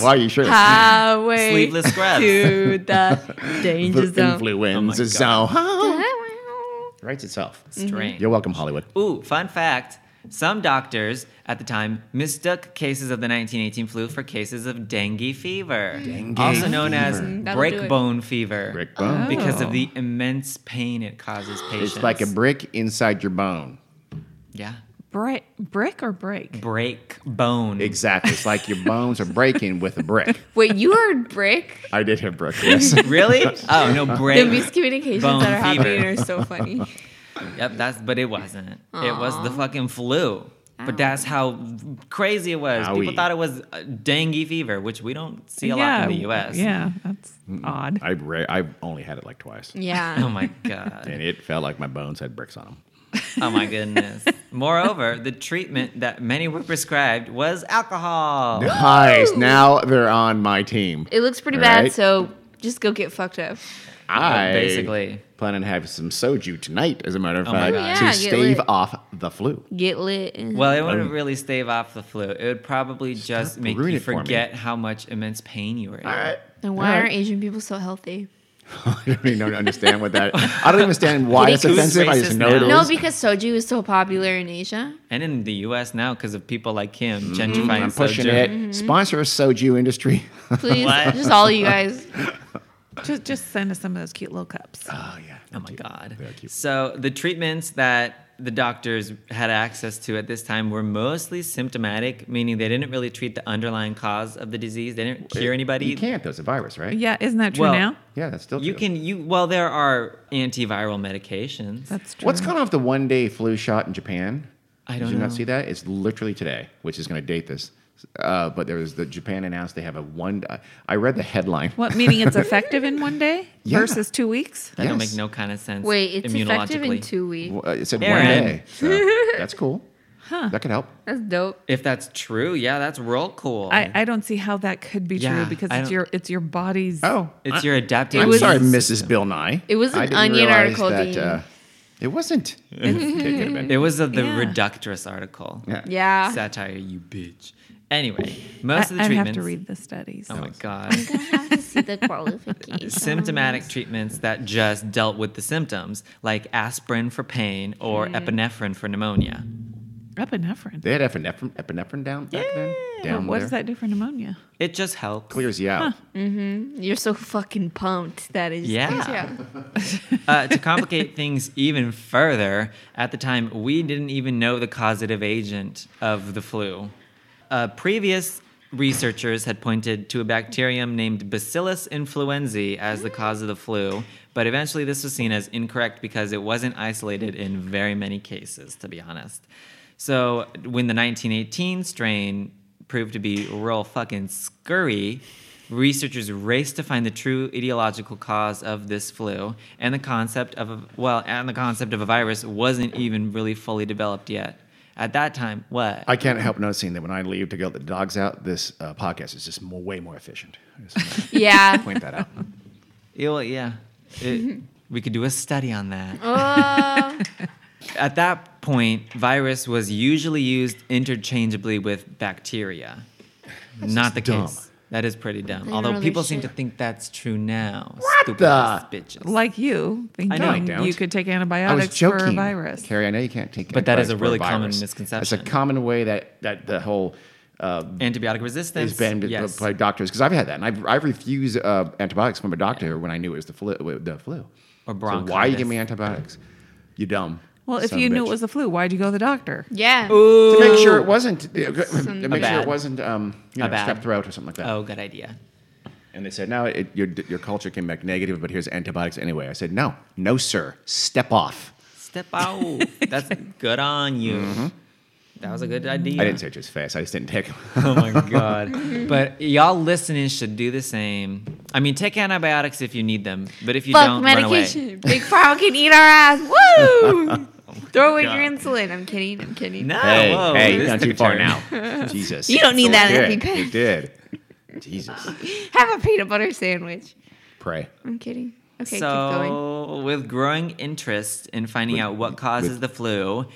why are you sure? Highway Sleeveless scrubs. to the danger The zone. influenza Oh zone writes itself. Strange. You're welcome, Hollywood. Ooh, fun fact. Some doctors at the time mistook cases of the 1918 flu for cases of dengue fever, also known as Mm, that'll do it. breakbone fever, Brick bone. Oh. because of the immense pain it causes patients. It's like a brick inside your bone. yeah, Brick, brick or break? break bone. Exactly. It's like your bones are breaking with a brick. Wait, you heard brick? I did have brick. Yes. Really? Oh no, The break. miscommunications Bone that are happening fever. are so funny. yep, that's. But it wasn't. It was the fucking flu. But that's how crazy it was. Owie. People thought it was uh, dengue fever, which we don't see a lot in the U.S. Yeah, that's odd. I ra- I only had it like twice, Oh Yeah. my god. and it felt like my bones had bricks on them. Oh my goodness. Moreover, the treatment that many were prescribed was alcohol. Nice. Now they're on my team. It looks pretty All bad, right. so just go get fucked up. I Uh, Basically. plan on having some soju tonight, as a matter of Oh my fact, God. to Yeah, get stave lit. off the flu. Get lit. Well, it wouldn't really stave off the flu. It would probably just make ruin Um, you it for me. forget how much immense pain you were in. All right. then why are Asian people so healthy? I don't even know- understand what that. I don't even understand why Who's it's offensive. I just racist know now? it is. No, because soju is so popular in Asia. And in the US now, because of people like him gentrifying Mm-hmm. I'm pushing soju. Oh, it. Mm-hmm. Sponsor us, soju industry. Please, What? just all you guys. Just, just send us some of those cute little cups. Oh yeah. Oh my God. They are cute. So the treatments that the doctors had access to at this time were mostly symptomatic, meaning they didn't really treat the underlying cause of the disease. They didn't cure anybody. You can't though. It's a virus, right? Yeah, isn't that true Well, now? Yeah, that's still You true. can you well there are antiviral medications. That's true. What's going on with the one day flu shot in Japan? I Did don't you know. not see that? It's literally today, which is going to date this. Uh, but there was the Japan announced they have a one. I read the headline. What meaning it's effective in one day Yeah. versus two weeks? That don't make Yes. no kind of sense. Wait, it's effective in immunologically. two weeks. Well, uh, it said one Aaron. day. So that's cool. That could help. That's dope. If that's true, yeah, that's real cool. I, I don't see how that could be Yeah, true because I it's don't- your it's your body's. Oh, it's your adaptive. I'm immune sorry, system. Mrs. Bill Nye. It was I an didn't Onion realize article, that, uh, Dean. it wasn't. It could have been. It was of the Yeah. Ah. reductress article. Yeah. Yeah. Satire, you bitch. Anyway, I, most of the I'd treatments. have to read the studies. Oh my god. I have to see the qualifications. symptomatic treatments that just dealt with the symptoms, like aspirin for pain or Mm. epinephrine for pneumonia. Epinephrine. They had epinephrine, epinephrine down back then. Down What there. does that do for pneumonia? It just helps. Clears you out. You're so fucking pumped. That is. Yeah. uh, to complicate things even further, at the time, we didn't even know the causative agent of the flu. Uh, previous researchers had pointed to a bacterium named Bacillus influenzae as the cause of the flu, but eventually this was seen as incorrect because it wasn't isolated in very many cases, to be honest. So when the 1918 strain proved to be real fucking scurry, researchers raced to find the true etiological cause of this flu, and the concept of a, well, and the concept of a virus wasn't even really fully developed yet. At that time, what? I can't help noticing that when I leave to go let the dogs out, this uh, podcast is just more, way more efficient. I just wanna Yeah. point that out. Yeah, well, yeah. It- we could do a study on that. Uh, Oh. At that point, virus was usually used interchangeably with bacteria. Not the dumb. case. That is pretty dumb. They Although really people seem to should. think that's true now. Stupid the- ass bitches. Like you thinking know I don't. you could take I was antibiotics for joking. a virus. Carrie, I know you can't take But that is antibiotics a for really common virus. misconception. It's a common way that, that the whole uh, Antibiotic resistance. is banned uh, yes. by doctors because I've had that and I've, I've refused uh, antibiotics from a doctor when I knew it was the flu. uh, The flu. So why Or you bronchitis. give me antibiotics? You dumb. Well, if son of you a knew bitch. it was Oh. the flu, why'd you go to the doctor? yeah. to make sure it wasn't uh, to make sure bad. it wasn't um, you A know, bad. strep throat or something like that. Oh, good idea. And they said, no, it, your, your culture came back negative, but here's antibiotics anyway. I said, no, no, sir, step off. Step out. That's good on you. That was a good idea. Mm-hmm. I didn't say it just fast. I just didn't take them. Oh my god. but y'all listening should do the same. I mean, take antibiotics if you need them, but if you Fuck don't, run away. medication. Big Pharma can eat our ass. Woo! Throw away your insulin. I'm kidding. I'm kidding. No, hey, Oh, whoa, hey, you've this gone too took a far turn. now. Jesus. You don't need that Good. EpiPen. You did. Jesus. Have a peanut butter sandwich. Pray. I'm kidding. Okay, keep going. so, with growing interest in finding out what causes the flu,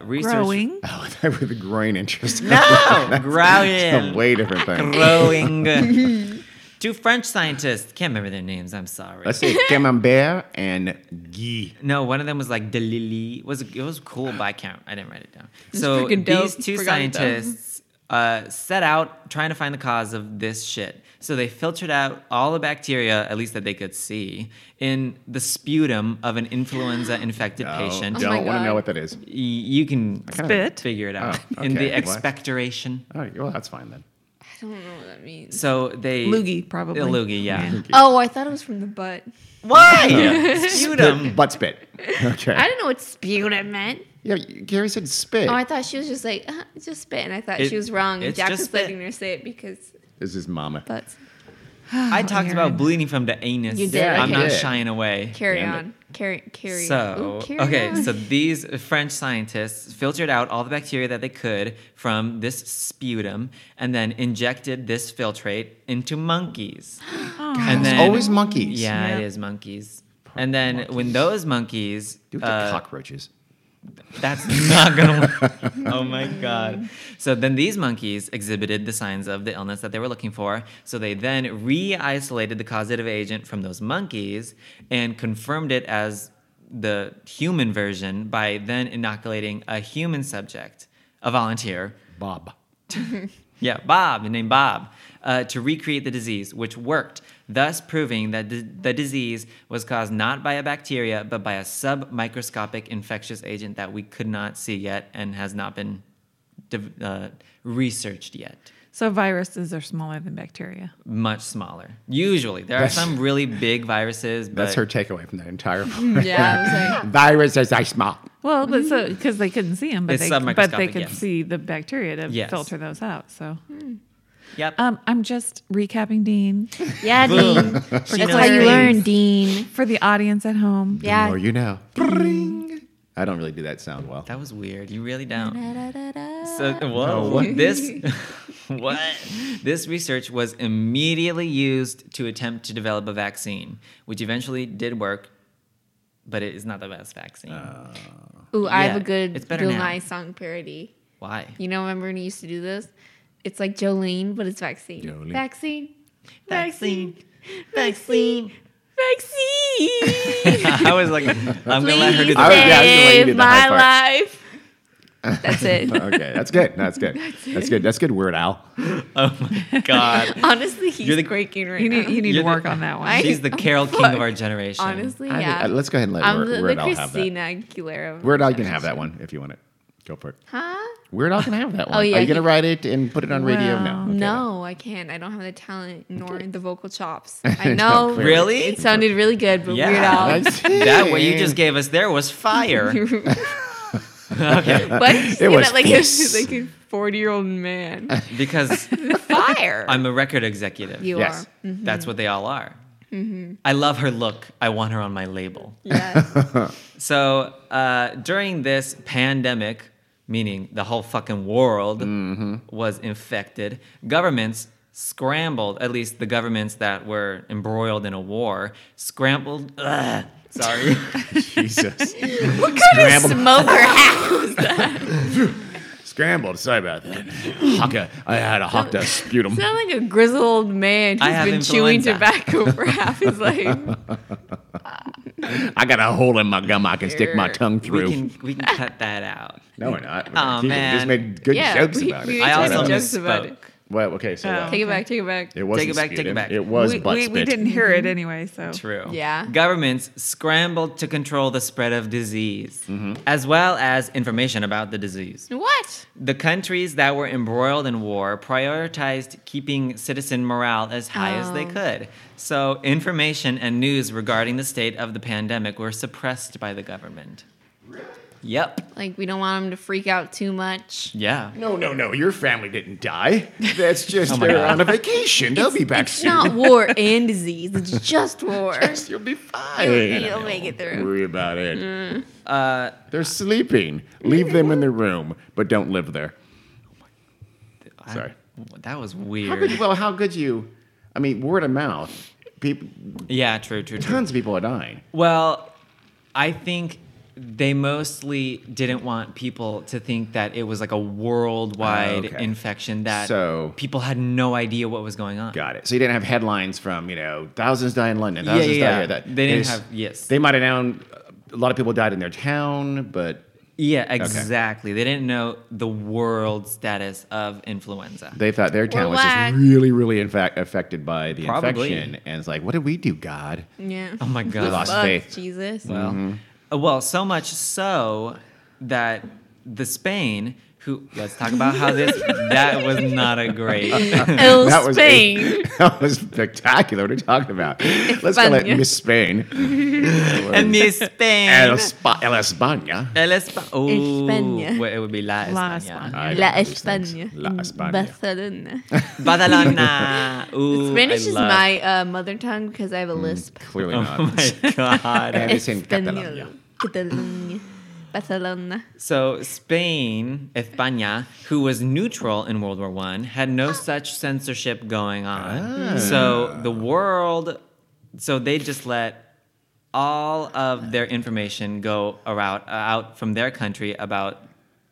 research Growing. Oh, that with a groin interest. no It's a growing, way different thing. growing. Two French scientists can't remember their names. I'm sorry. Let's say camembert and ghee. No, one of them was like Delili. It was it was cool, but I can't. I didn't write it down. So freaking dope. these two Forgot it though. scientists uh, set out trying to find the cause of this shit. So they filtered out all the bacteria, at least that they could see, in the sputum of an influenza-infected Oh, patient. don't want God. to know what that is. Y- You can Spit. figure it out Oh, in the okay. What? expectoration. All right, well, that's fine then. I don't know what that means. So they Loogie, probably. uh, A loogie, yeah. Oh, I thought it was from the butt. Why sputum? Butt spit. Okay. I didn't know what sputum meant. yeah, Gary said spit. Oh, I thought she was just like, uh, it's just spit. And I thought It- she was wrong. And it's Jack just was spit. letting her say it because this is mama. butts. I talked about bleeding from the anus. You did. I'm not Yeah. shying away. Carry Damn it. on. Carry, carry. So, Ooh, carry okay, on. so these French scientists filtered out all the bacteria that they could from this sputum and then injected this filtrate into monkeys. and It's always monkeys. Yeah, it Yeah. is monkeys. And then when those monkeys Do it to uh, cockroaches. that's not gonna work. oh my god. So then these monkeys exhibited the signs of the illness that they were looking for. So they then re-isolated the causative agent from those monkeys and confirmed it as the human version by then inoculating a human subject, a volunteer, Bob. yeah, Bob, the name Bob, uh, to recreate the disease, which worked, thus proving that di- the disease was caused not by a bacteria, but by a submicroscopic infectious agent that we could not see yet and has not been div- uh, researched yet. So viruses are smaller than bacteria. Much smaller. Usually, there are That's- some really big viruses. But That's her takeaway from that entire part. Yeah, I was like, Virus is ice small. Well, but so Mm-hmm. because they couldn't see them, but It's they but they submicroscopic, could yes. see the bacteria to Yes. filter those out. So Yep. um, I'm just recapping, Dean, yeah, Dean. Boom. That's knows how you things. learn, Dean. for the audience at home. Yeah. Or you know. Bring. I don't really do that sound well. that was weird. You really don't. Da-da-da-da. So whoa, what this what this research was immediately used to attempt to develop a vaccine, which eventually did work, but it is not the best vaccine. Ooh, I Yeah, have a it's good better Bill now. Nye song parody. Why? You know, remember when you used to do this? It's like Jolene, but it's vaccine. Jolene. Vaccine. Vaccine. Vaccine. Vaccine. I was like, I'm gonna let her do Please the. I was- yeah, I was gonna let you save do the my high life. That's it. okay, that's good. No, that's good. That's good. That's good. Weird Al. Oh my god, Honestly, he's You're the- breaking right You need now. you need to You're the- work on that one. I- she's the Carol King of our generation. Honestly, I yeah. think- uh, let's go ahead and let I'm Weird, the, Weird the Al have that. Christina Aguilera. of Weird Al, you can generation. have that one if you want it. Go for it. Huh? Weird Al can have that one. Oh, yeah, Are you he- gonna write it and put it on radio? No. Well, Okay, no, I can't. I don't have the talent nor the vocal chops. I know. clearly. Really? It sounded really good, but Yeah. Weird That's- that what you just gave us there was fire. Al. okay, Why did you say was that like peace. a like a forty year old man? because Fire. I'm a record executive. you Yes. are. Mm. Mm-hmm. That's what they all are. I love her look. I want her on my label. Yes. So uh, during this pandemic, meaning the whole fucking world was infected, governments scrambled, at least the governments that were embroiled in a war, scrambled. Ugh, sorry. Jesus. Smoker hat. Scrambled. Sorry about that. Hawka. I had a hawk to sputum. Sound like a grizzled old man I who's have been chewing influenza. tobacco for half his life. I got a hole in my gum I can stick my tongue we, through. can, we can cut that out. no, we're not. Aw, You just man. made good Yeah, jokes we- about we- it. I Tell also us jokes misspoke. about it. Well, okay, so Oh. what? Take it back. Take it back. It was Take it back, take it back. It was we, butt we, we spit. Mm-hmm. didn't hear it anyway, so True. Yeah. Governments scrambled to control the spread of disease, as well as information about the disease. What? The countries that were embroiled in war prioritized keeping citizen morale as high as they Oh. could. So, information and news regarding the state of the pandemic were suppressed by the government. Yep. Like we don't want him to freak out too much. Yeah. No, no, no. Your family didn't die. That's just Oh my they're God. on a vacation. They'll be back It's soon. not war and disease. It's just war. You'll be fine. You'll make it Don't through. worry about it. Mm. Uh, they're sleeping. Leave them in their room, but don't live there. I- Sorry. that was How could, weird. well, how could you? I mean, word of mouth. People, Yeah, true, true, true. tons of people are dying. Well, I think they mostly didn't want people to think that it was like a worldwide Oh, Okay. infection that So- people had no idea what was going on. Got it. So you didn't have headlines from you know thousands die in London, Yeah, thousands yeah, die yeah. here. That They didn't is- have- yes. They might have known uh, a lot of people died in their town, but Yeah, exactly. They didn't know the world status of influenza. they thought their town was whack. just really, really in fact affected by the Probably. infection. And it's like, what did we do, God? Yeah. oh my We god. lost Mm-hmm. Fuck, faith. Jesus. Well, uh, well, so much so that the Spain who let's talk about how this that was not a great El That was Spain. that was spectacular. What are you talking about? Let's call it España. Miss Spain. and Miss Spain. El, Spa- El España. El Espa- Ooh, España. well, it would be La España. I La La España. don't know these things. España. Mm, La España. Barcelona. Badalona. Ooh, Spanish I is love- Mm, my uh, mother tongue because I have a lisp. Clearly Oh not. my god. And it's in Español. Catalonia. Catalonia. Barcelona. So Spain, España, who was neutral in World War One, had no such censorship going Ah. on. So the world, so they just let all of their information go around, uh, out from their country about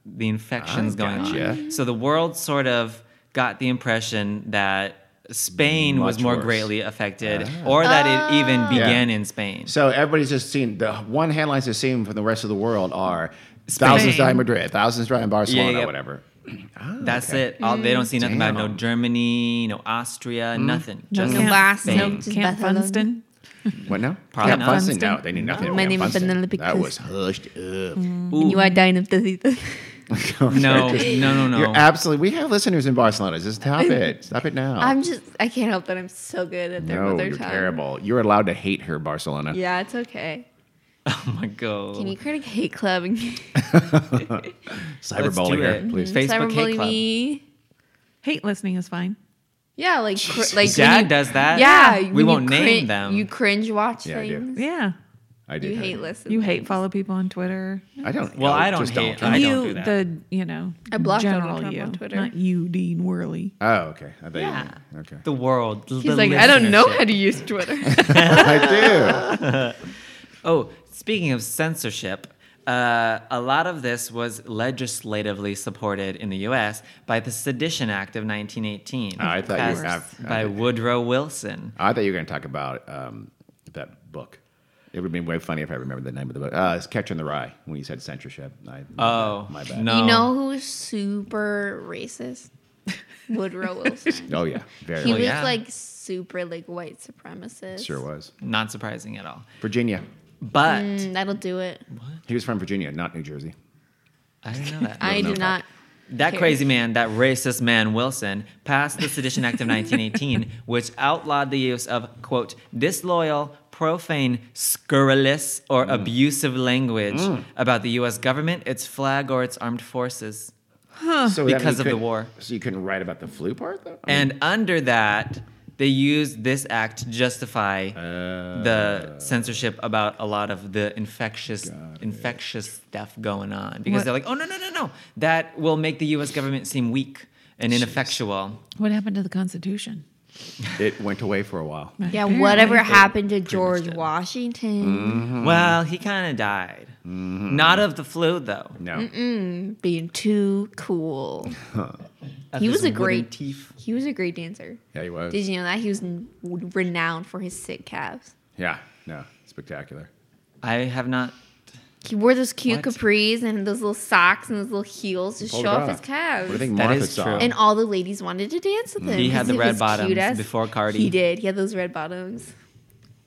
the infections I going gotcha. on. So the world sort of got the impression that Spain was Much more worse. Ah. greatly affected, or that it even began in Spain. So everybody's just seen the one headlines they've seen from the rest of the world are thousands die in Madrid, thousands die in Barcelona, yeah. whatever. Ah, That's okay. it. All, they don't see nothing about no Damn. Germany, no Austria, Hmm? nothing. No Just Camp- last Spain. note. Just Camp Barcelona. Funston. What now? Probably Camp not. Funston? No, they knew nothing. My about name is Camp Funston. Vanilla That because- was hushed up. Oh. And you are dying of disease. Mm. No, no, no, no. You're absolutely. We have listeners in Barcelona. Just stop it. Stop it now. I'm just, I can't help that I'm so good at their no, mother you're tongue. terrible. You're allowed to hate her, Barcelona. Yeah, it's okay. oh my god. Can you create a hate club and Let's Cyberbully do her, it. please. Facebook hate cyberbully club. me? Hate listening is fine. Yeah, like cr- like when Jag you- does that. Yeah, when We you won't name crin- them. You cringe watch Yeah, I do. things. Yeah. I do. Mm-hmm. You hate hate her. listen. You hate follow people on Twitter. I don't. Well, know, I don't just hate- Donald I you, don't do that. the, you know, I blocked Donald general Trump you, on Twitter. Not you, Dean Worley. Oh, okay. I bet Yeah. you. Okay. The world. He's He's like, I don't know how to use Twitter. I do. Oh, speaking of censorship, uh, a lot of this was legislatively supported in the U.S. by the Sedition Act of 1918, Ah, I thought you were- passed I've- by I've- Woodrow Wilson. I thought you were going to talk about um, that book. It would have been way funny if I remembered the name of the book. Uh, it's Catcher in the Rye when you said censorship. I, Oh, my bad. No. You know who's super racist? Woodrow Wilson. Oh yeah, very. He well, was yeah. like super like white supremacist. Sure was. Not surprising at all. Virginia. But Mm, that'll do it. He was from Virginia, not New Jersey. I didn't know that. I do no. not. That care. crazy man, that racist man Wilson, passed the Sedition Act of 1918, which outlawed the use of, quote, disloyal, profane, scurrilous, or abusive language about the U.S. government, its flag, or its armed forces. So that Because means you of the couldn't- war. So you couldn't write about the flu part though. I mean, And under that, they used this act to justify the censorship about a lot of the infectious infectious stuff going on because What- they're like, oh no no no no, that will make the U.S. government seem weak and ineffectual. What happened to the Constitution? it went away for a while. Yeah, Apparently. whatever happened to George did. Washington Well, he kind of died. Not of the flu though. No. Mm-hmm. being too cool? Of He his was a wooden great- teeth. He was a great dancer. Yeah, he was. Did you know that he was n- renowned for his sick calves? Yeah. No. Spectacular. I have not. He wore those cute What? capris and those little socks and those little heels to Pulled show it off off. his calves. What do you think Mm. That Martha is saw? true. And all the ladies wanted to dance with him. He had 'cause the red was bottoms cute-ass. before Cardi. He did. He had those red bottoms.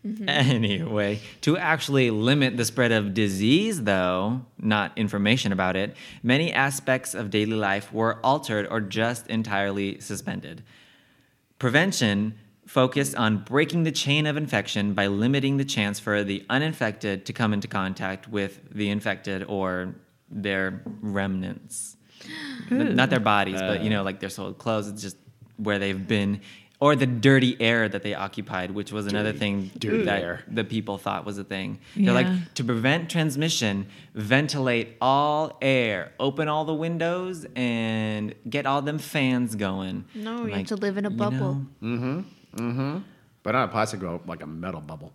Mm-hmm. Anyway, to actually limit the spread of disease, though, not information about it, many aspects of daily life were altered or just entirely suspended. Prevention focused on breaking the chain of infection by limiting the chance for the uninfected to come into contact with the infected or their remnants. Not their bodies, but Uh. you know, like their soiled clothes, it's just where they've been. Or the dirty air that they occupied, which was another thing dirty that air. the people thought was a thing. They're like, Yeah. to prevent transmission, ventilate all air, open all the windows, and get all them fans going. No, I'm you have to live in a bubble. But not a plastic bubble, like a metal bubble.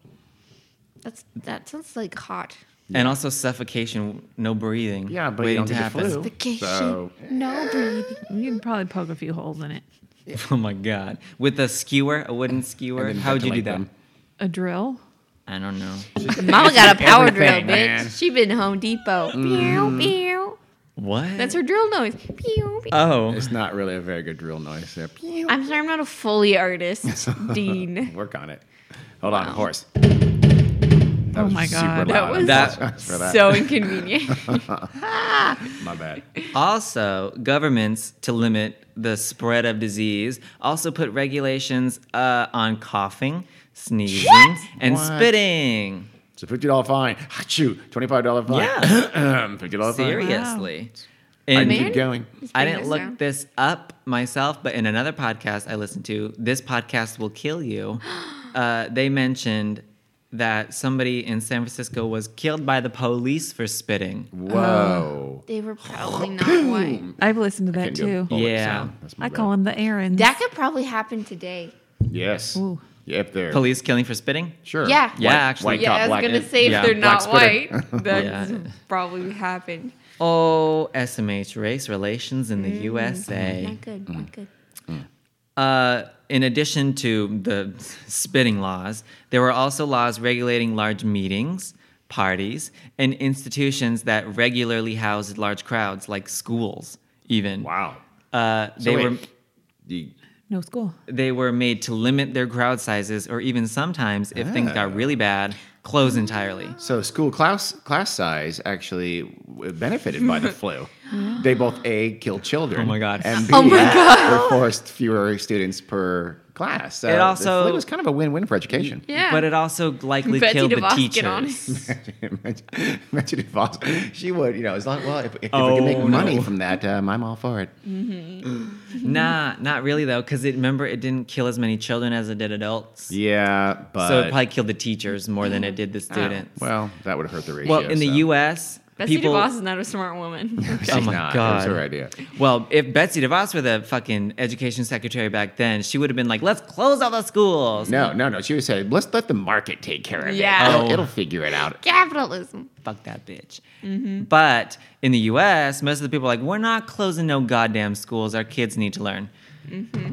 That's that sounds like hot. And also suffocation, no breathing. Yeah, but you waiting don't to get the happen. flu. Vacation. So No breathing. You can probably poke a few holes in it. Oh my god! With a skewer, a wooden skewer. then How would you do ventilate them. that? A drill? I don't know. Mama got a power drill, bitch. Everything, man. She been Home Depot. Mm-hmm. Pew pew. What? That's her drill noise. Pew pew. Oh, it's not really a very good drill noise. There. I'm sorry, I'm not a Foley artist, Dean. Work on it. Hold on, horse. That Oh was my super God. loud. That was that. for that. So inconvenient. my bad. Also, governments to limit the spread of disease also put regulations uh, on coughing, sneezing, and What? spitting. It's a fifty dollar fine. Achoo, twenty five dollar fine. Yeah. fifty dollar fine. Seriously. I And can Man. Uh, keep going. I Bring didn't this look down. this up myself, but in another podcast I listened to, this podcast will kill you. Uh, they mentioned that somebody in San Francisco was killed by the police for spitting. Whoa. They were probably not white. I've listened to Can't that do a too. bullet Yeah. sound. That's my I bad. call him the errands. That could probably happen today. Yes. Ooh. Yeah, if they're Police killing for spitting? sure. Yeah. White- Yeah, actually. White Yeah, cop, I was black. gonna say yeah, if they're black not spitter. white, that's Yeah. probably happened. Oh, SMH, race relations in the USA. Not good. Mm. Not good. Uh, in addition to the spitting laws, there were also laws regulating large meetings, parties, and institutions that regularly housed large crowds, like schools, even. Wow. Uh, they wait. were The- no school. they were made to limit their crowd sizes, or even sometimes, if things Ah. got really bad, close entirely. So school class class size actually benefited by the flu. They both A, killed children. Oh my God. And B, Oh my they forced fewer students per class. So It the also- flu was kind of a win win for education. Yeah. But it also likely Betsy killed the DeVos, teachers. get on Imagine imagine if Oz- she would, you know, as long, well, if, if, we Oh, can make money no. Mm. from that, um, I'm all for it. Nah, not really though, because it remember it didn't kill as many children as it did adults. Yeah, but. so it probably killed the teachers more than it did the Oh. I don't know. students. Well, that would hurt the ratio. Well, in the so. U.S., Betsy people. DeVos is not a smart woman. She's Oh my not. It was God. her idea. Well, if Betsy DeVos were the fucking education secretary back then, she would have been like, "Let's close all the schools." No, no, no. She was saying, let's let the market take care of Yeah. it. It'll, Oh. it'll figure it out. Capitalism. fuck that bitch. Mm-hmm. But in the US, most of the people are like, we're not closing no goddamn schools. Our kids need to learn.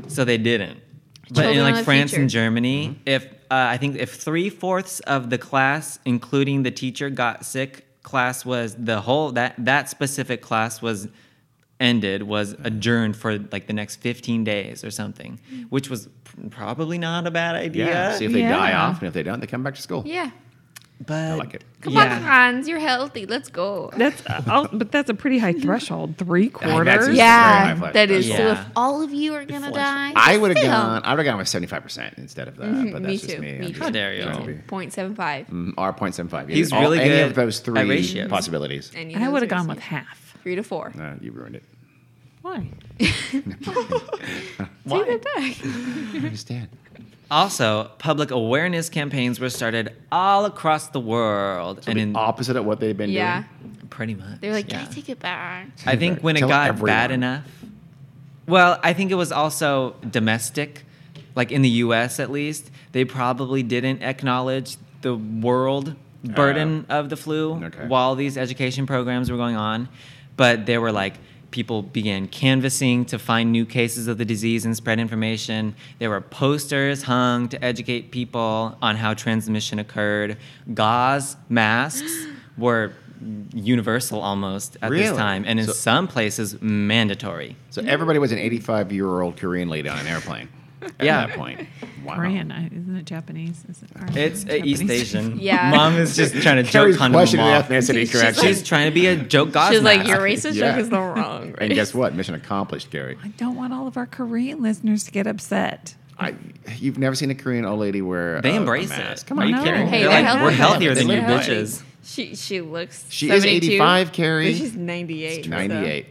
So they didn't. But Mm-hmm. Children in are like the France future. and Germany, Mm-hmm. if uh, I think if three fourths of the class, including the teacher, got sick, class was the whole that that specific class was ended was adjourned for like the next 15 days or something Mm. which was probably not a bad idea See if they Yeah. die off, and if they don't, they come back to school. Yeah. but I like it. Come Yeah. on, Hans. You're healthy. Let's go. That's i but that's a pretty high threshold. Three quarters. It's very high Yeah, flex, that is. So Yeah. if all of you are gonna die, I would have still. gone. I would have gone with seventy five percent instead of that, but that's just Mm-hmm. me too, me. me I'm too. how just- dare you Point seven five, Mm, Or 0.75. He's All- really any good of those at three ratios. possibilities. and you And I know would have there's gone with half. three to four. No, you ruined it. Why? Take that back. I understand. Also, public awareness campaigns were started all across the world and in Opposite of what they've been Yeah, pretty much. they're like, yeah. can I take it back? I think when it Tell got everyone. bad enough. Well, I think it was also domestic, like in the U.S. at least. They probably didn't acknowledge the world burden of the flu Oh, okay. while these education programs were going on, but they were like. People began canvassing to find new cases of the disease and spread information. There were posters hung to educate people on how transmission occurred. Gauze masks were universal almost at Really? this time, and in So- some places mandatory. doing. So everybody was an 85 year old Korean lady on an airplane at Yeah. that point. Wow. Korean. I- Isn't it Japanese? Is it aren't It's they uh, East Japanese? Asian. Yeah. Mom is just trying to Carrie's joke on questioning the mom. ethnicity correction. She's trying to be a joke god. She's like, your racist Yeah. joke is the wrong. and guess what? Mission accomplished, Gary. I don't want all of our Korean listeners to get upset. I, you've never seen a Korean old lady wear They a- a embrace mask. it. Oh, Come Are on, you no. Gary. Hey, They're they're like, we're healthy. healthier than you They're healthy. bitches. She she looks. She is 72, 85, Carrie. but She's ninety eight. 98.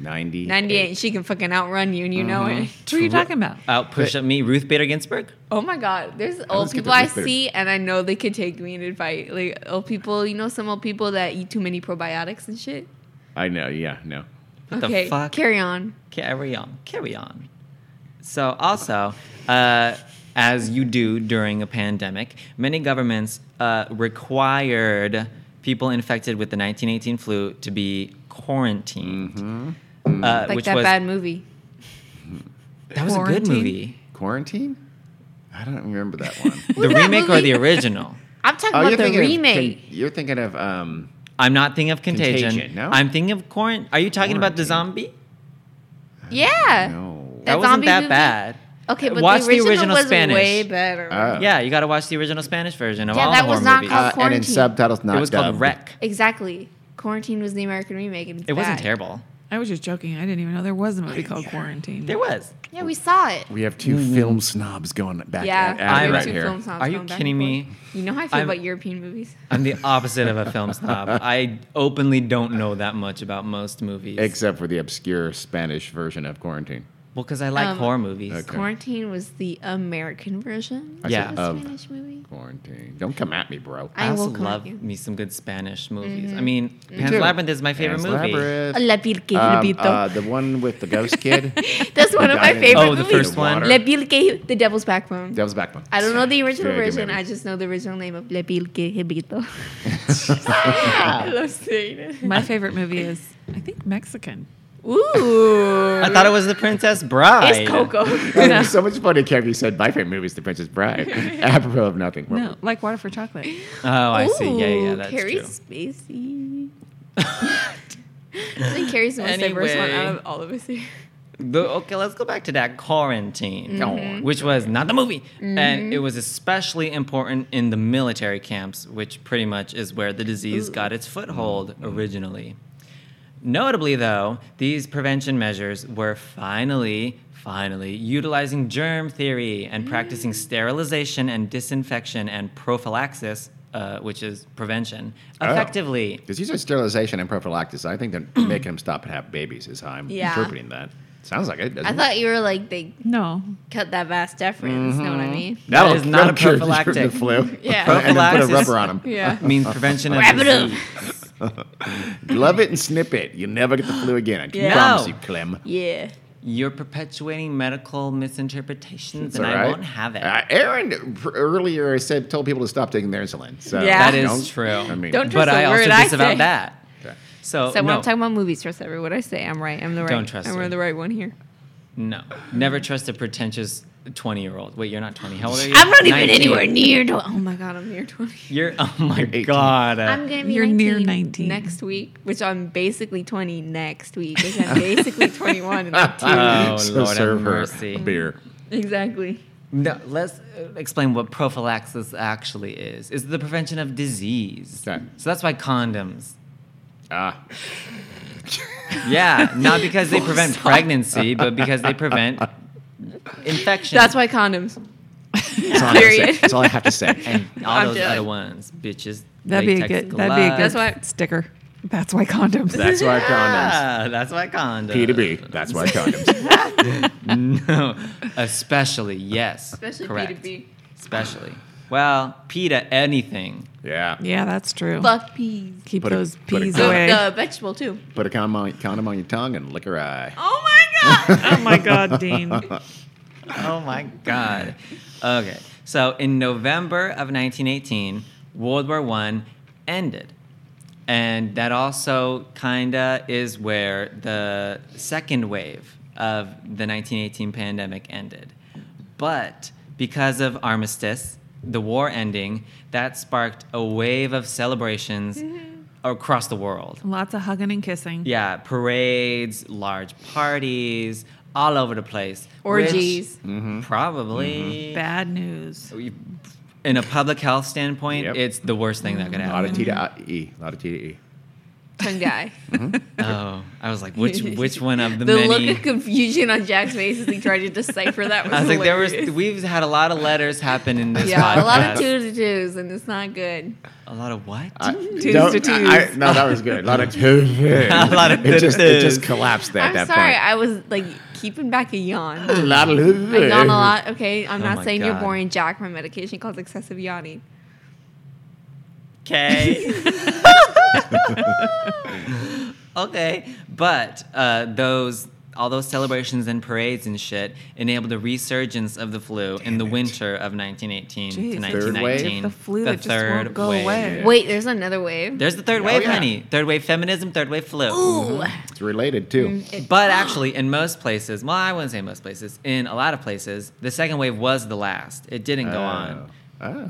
98. Ninety eight. She can fucking outrun you, and you know it. What are you talking about? Out Uh, push up me, Ruth Bader Ginsburg. Oh my god, there's let's old get people the I Ruth Bader. see, and I know they could take me in and fight. Like old people, you know, some old people that eat too many probiotics and shit. I know. Yeah, no. the okay, fuck? carry on. Carry on, carry on. So also, uh, as you do during a pandemic, many governments uh, required people infected with the 1918 flu to be quarantined. Uh, Like which that was bad movie. that was a good Quarantine? movie. Quarantine? I don't remember that one. Oh, The that remake or the movie? original? I'm talking about the thinking remake. Of, con- you're thinking of um, I'm not thinking of Contagion. Contagion, no? I'm thinking of Quarant. Are you talking about the Quarantine. zombie? yeah. no. That that wasn't zombie that movie? bad. Okay, but Watch the original, was Spanish. way better. Oh. Yeah, you got to watch the original Spanish version of Yeah, all that the horror was not movies. called- Uh, and in Quarantine. subtitles, not it was called dubbed. Wreck. Exactly. Quarantine was the American remake. And it's It wasn't bad. terrible. I was just joking. I didn't even know there was a movie called Quarantine. There was. Yeah, we saw it. We have 2 film snobs going back Mm-hmm. yeah, at, at we it I'm- were right two here. film snobs Are you going back kidding and me? forth. You know how I feel I'm- about European movies. I'm the opposite of a film snob. I openly don't know that much about most movies. Except for the obscure Spanish version of Quarantine. well, because I like Um, horror movies. okay. Quarantine was the American version. I said Yeah. um, The of Spanish movie. Quarantine. Don't come at me, bro. I, I also will come at love you. Mm-hmm. me some good Spanish movies. I mean, Me Pan's too. Labyrinth is my favorite Pan's movie. Labyrinth. La Virgen, Um, Lupito. uh, the one with the ghost kid. That's one of guy my that- favorite Oh, the movies. first one? Le Bilge, The Devil's Backbone. That was back one. I don't know the original Very good version. movie. I just know the original name of Le Bilge Hebito. I love saying it. My favorite movie is, I think, Mexican. Ooh. I thought it was The Princess Bride. It's Coco. It was so much funny, Kev. You said my favorite movie is The Princess Bride, apropos of nothing. No, like Water for Chocolate. Oh, I see. Yeah, yeah, yeah, that's Carrie true. Spacey. I think Carrie's the most diverse one out Anyway. of all of us here. The, okay, let's go back to that quarantine, Mm-hmm. Mhm. which was not the movie, Mm-hmm. and it was especially important in the military camps, which pretty much is where the disease got its foothold originally. Notably, though, these prevention measures were finally, finally utilizing germ theory and Mm. practicing sterilization and disinfection and prophylaxis, uh, which is prevention, Oh. effectively. Because you said sterilization and prophylaxis. I think they're making them stop and have babies, is how I'm Mm. Yeah. interpreting that. Sounds like it. Doesn't I it? thought you were like they No. cut that vas deferens. Know Mm-hmm. what I mean? That'll- That is not that'll a cure the- prophylactic. The flu. Yeah. and then put a Prophylaxis. rubber on them. Yeah. Means prevention of Wrap it up. disease. Glove it and snip it. You'll never get the flu again. I can Yeah. promise No. you, Clem. Yeah. You're perpetuating medical misinterpretations, It's and all I right. won't have it. Uh, Aaron pr- earlier said told people to stop taking their insulin. So Yeah. That is Don't- true. I mean, Don't but trust I a also word I disavow say. that. So, So when Oh, no, I'm talking about movies, trust every word I say. I'm right. I'm the right. Don't trust I'm her. the right one here. no, never trust a pretentious twenty-year-old. Wait, you're not twenty. How old are you? I'm not even 19. anywhere near. Tw- oh my god, I'm near 20. You're oh my 18. god. I'm gonna be You're 19 near 19. next week, which I'm basically 20 next week. Which I'm basically 21 in like two Oh So Lord serve have her mercy. a beer. Exactly. No, let's uh, explain what prophylaxis actually is. It's the prevention of disease. Okay. So that's why condoms. Ah, Yeah, not because they prevent pregnancy, but because they prevent infection. That's why condoms. that's all I have to say. Period. That's all I have to say. And all I'm those done. other ones, bitches. That'd be a latex good. That'd be a gloves. good That's why- sticker. That's why condoms. That's why condoms. Ah, that's why condoms. P to B. That's why condoms. No, especially yes. Especially correct. B2B. Especially. Well, P to anything. Yeah. yeah, that's true. Fuck peas. Keep Put a- those put a peas The, condom- away. Oh. the vegetable too. Put a condom on, condom on your tongue and lick her eye. Oh my god. oh my God, Dean. Oh my God. Okay. So in November of 1918, World War One ended. And that also kind of is where the second wave of the 1918 pandemic ended. But because of armistice, the war ending, that sparked a wave of celebrations across the world. Lots of hugging and kissing. Yeah, parades, large parties, all over the place. which mm-hmm. Orgies. Mm-hmm. Probably. Bad news. In a public health standpoint, Yep. it's the worst thing that could A lot of happen. T to I- E. A lot of T to E. Tongue die. Oh, I was like, which which one of the, The, many? look of confusion on Jack's face as he tried to decipher that was. I was like, there was. hilarious. We've had a lot of letters happen in this. Yeah, a lot of podcast. two to twos, and it's not good. A lot of what? I- Twos don't- to twos. I- I- no, that was good. A lot of twos. a lot of It just, it twos. just collapsed there at I'm that sorry, point. I was like keeping back a yawn. A lot of twos. I yawn a lot. Okay, I'm Oh not my saying you're God. boring, Jack. My medication causes excessive yawning. Okay. okay, but uh, those all those celebrations and parades and shit enabled a resurgence of the flu in the winter of 1918 to Jeez, wave? 1919. The flu that just won't go away. Wait, there's another wave. There's the third Oh, wave, yeah. honey. Third wave feminism, third wave flu. Ooh, Um, It's related Mm-hmm. Mm. too. But actually, in most places, well, I wouldn't say most places, in a lot of places, the second wave was the last. It didn't go on. Oh.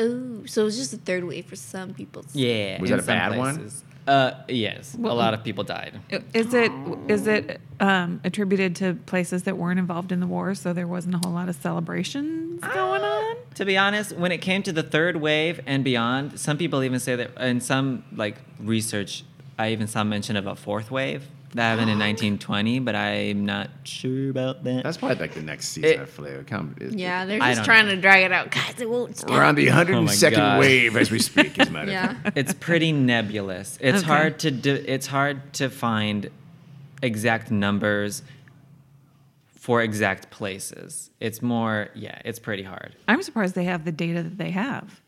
ooh. So it was just a third wave for some people. Yeah. Was in that a some bad one? places. Uh, yes. A Well- lot of people died. Is it is it um, attributed to places that weren't involved in the war, so there wasn't a whole lot of celebrations going on? To be honest, when it came to the third wave and beyond, some people even say that in some like research, I even saw mention of a fourth wave that happened in 1920, but I'm not sure about that. That's probably like the next season It- of flu. Come, it- Yeah, they're I just don't trying to drag it out. Guys, it won't We're stop. on the 102nd God. wave as we speak, as a matter of Yeah. fact. it's pretty nebulous. It's Okay. hard to do, it's hard to find exact numbers for exact places. It's more yeah, it's pretty hard. I'm surprised they have the data that they have.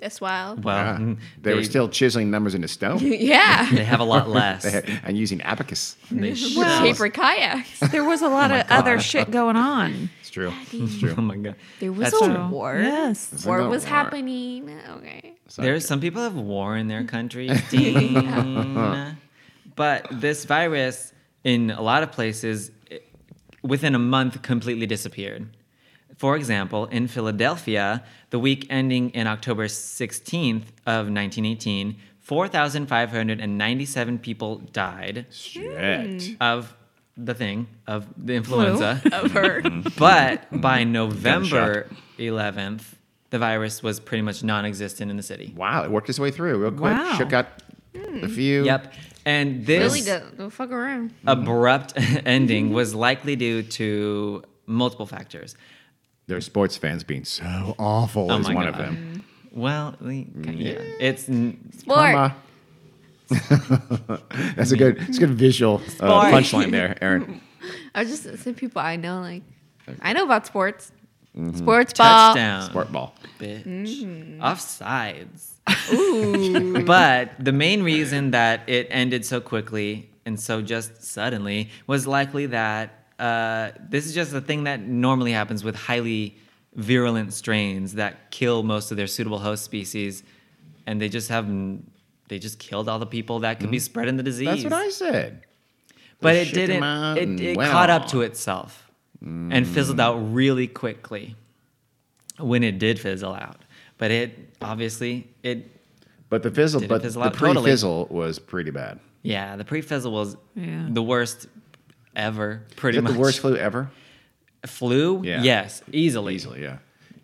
That's wild. Well, Ah, mm, they, were still chiseling numbers into stone Yeah. they have a lot less. They had- and using abacus. They should. Paper kayaks. There was a lot Oh of other shit going on. It's true. It's true. Oh my god. There was That's a true. war. Yes. It's War another was war. happening. Okay. There's some people have war in their country, Dean. but this virus, in a lot of places, i- within a month, completely disappeared. For example, in Philadelphia, the week ending in October 16th of 1918, 4,597 people died Hmm. Shit. of the thing, of the influenza. Of her. But by November 11th, the virus was pretty much non existent in the city. Wow, it worked its way through real quick. Wow. Hmm. Shook out a few. Yep. And this Really don't, don't fuck around. abrupt ending was likely due to multiple factors. Their sports fans being so awful Oh is my one of God. them. Well, we- yeah. it's n- Sport. Mama. That's a good. It's a good visual uh, Sport. punchline there, Aaron. I just some people I know like I know about sports. Mm-hmm. Sports ball. touchdown, Sport ball. bitch, Mm-hmm. offsides. but the main reason that it ended so quickly and so just suddenly was likely that uh, this is just a thing that normally happens with highly virulent strains that kill most of their suitable host species, and they just have n- they just killed all the people that could be spreading the disease. That's what I said. but Just it shit 'em didn't. out It, and it went caught on. up to itself and fizzled out really quickly. When it did fizzle out, but it obviously it But the fizzle, Did it but fizzle the out? Totally. pre-fizzle was pretty bad. yeah the pre fizzle was Yeah. the worst ever. Pretty Is it much the worst flu ever? flu. Yeah. Yes, easily. Easily, yeah.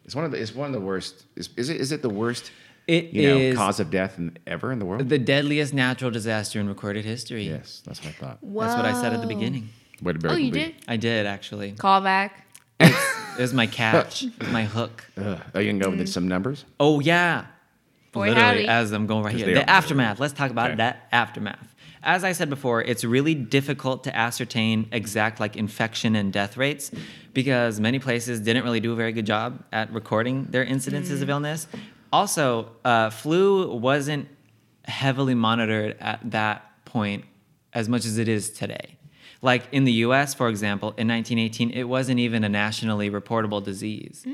It's one of the. It's one of the worst. Is, is it? Is it the worst? It You know, is cause of death in, ever in the world. the deadliest natural disaster in recorded history. yes, that's what I thought. That's what I said at the beginning. Way to bury Oh, you the did? lead. I did actually. Call back. It was my catch, my hook. Ugh. Oh, you can go with some numbers. Oh yeah. Boy, Literally, howdy. as I'm going right here. they The are- aftermath. Let's talk about Okay. that aftermath. As I said before, it's really difficult to ascertain exact like infection and death rates because many places didn't really do a very good job at recording their incidences Hmm. of illness. Also, uh, flu wasn't heavily monitored at that point as much as it is today. Like in the US, for example, in 1918, it wasn't even a nationally reportable disease.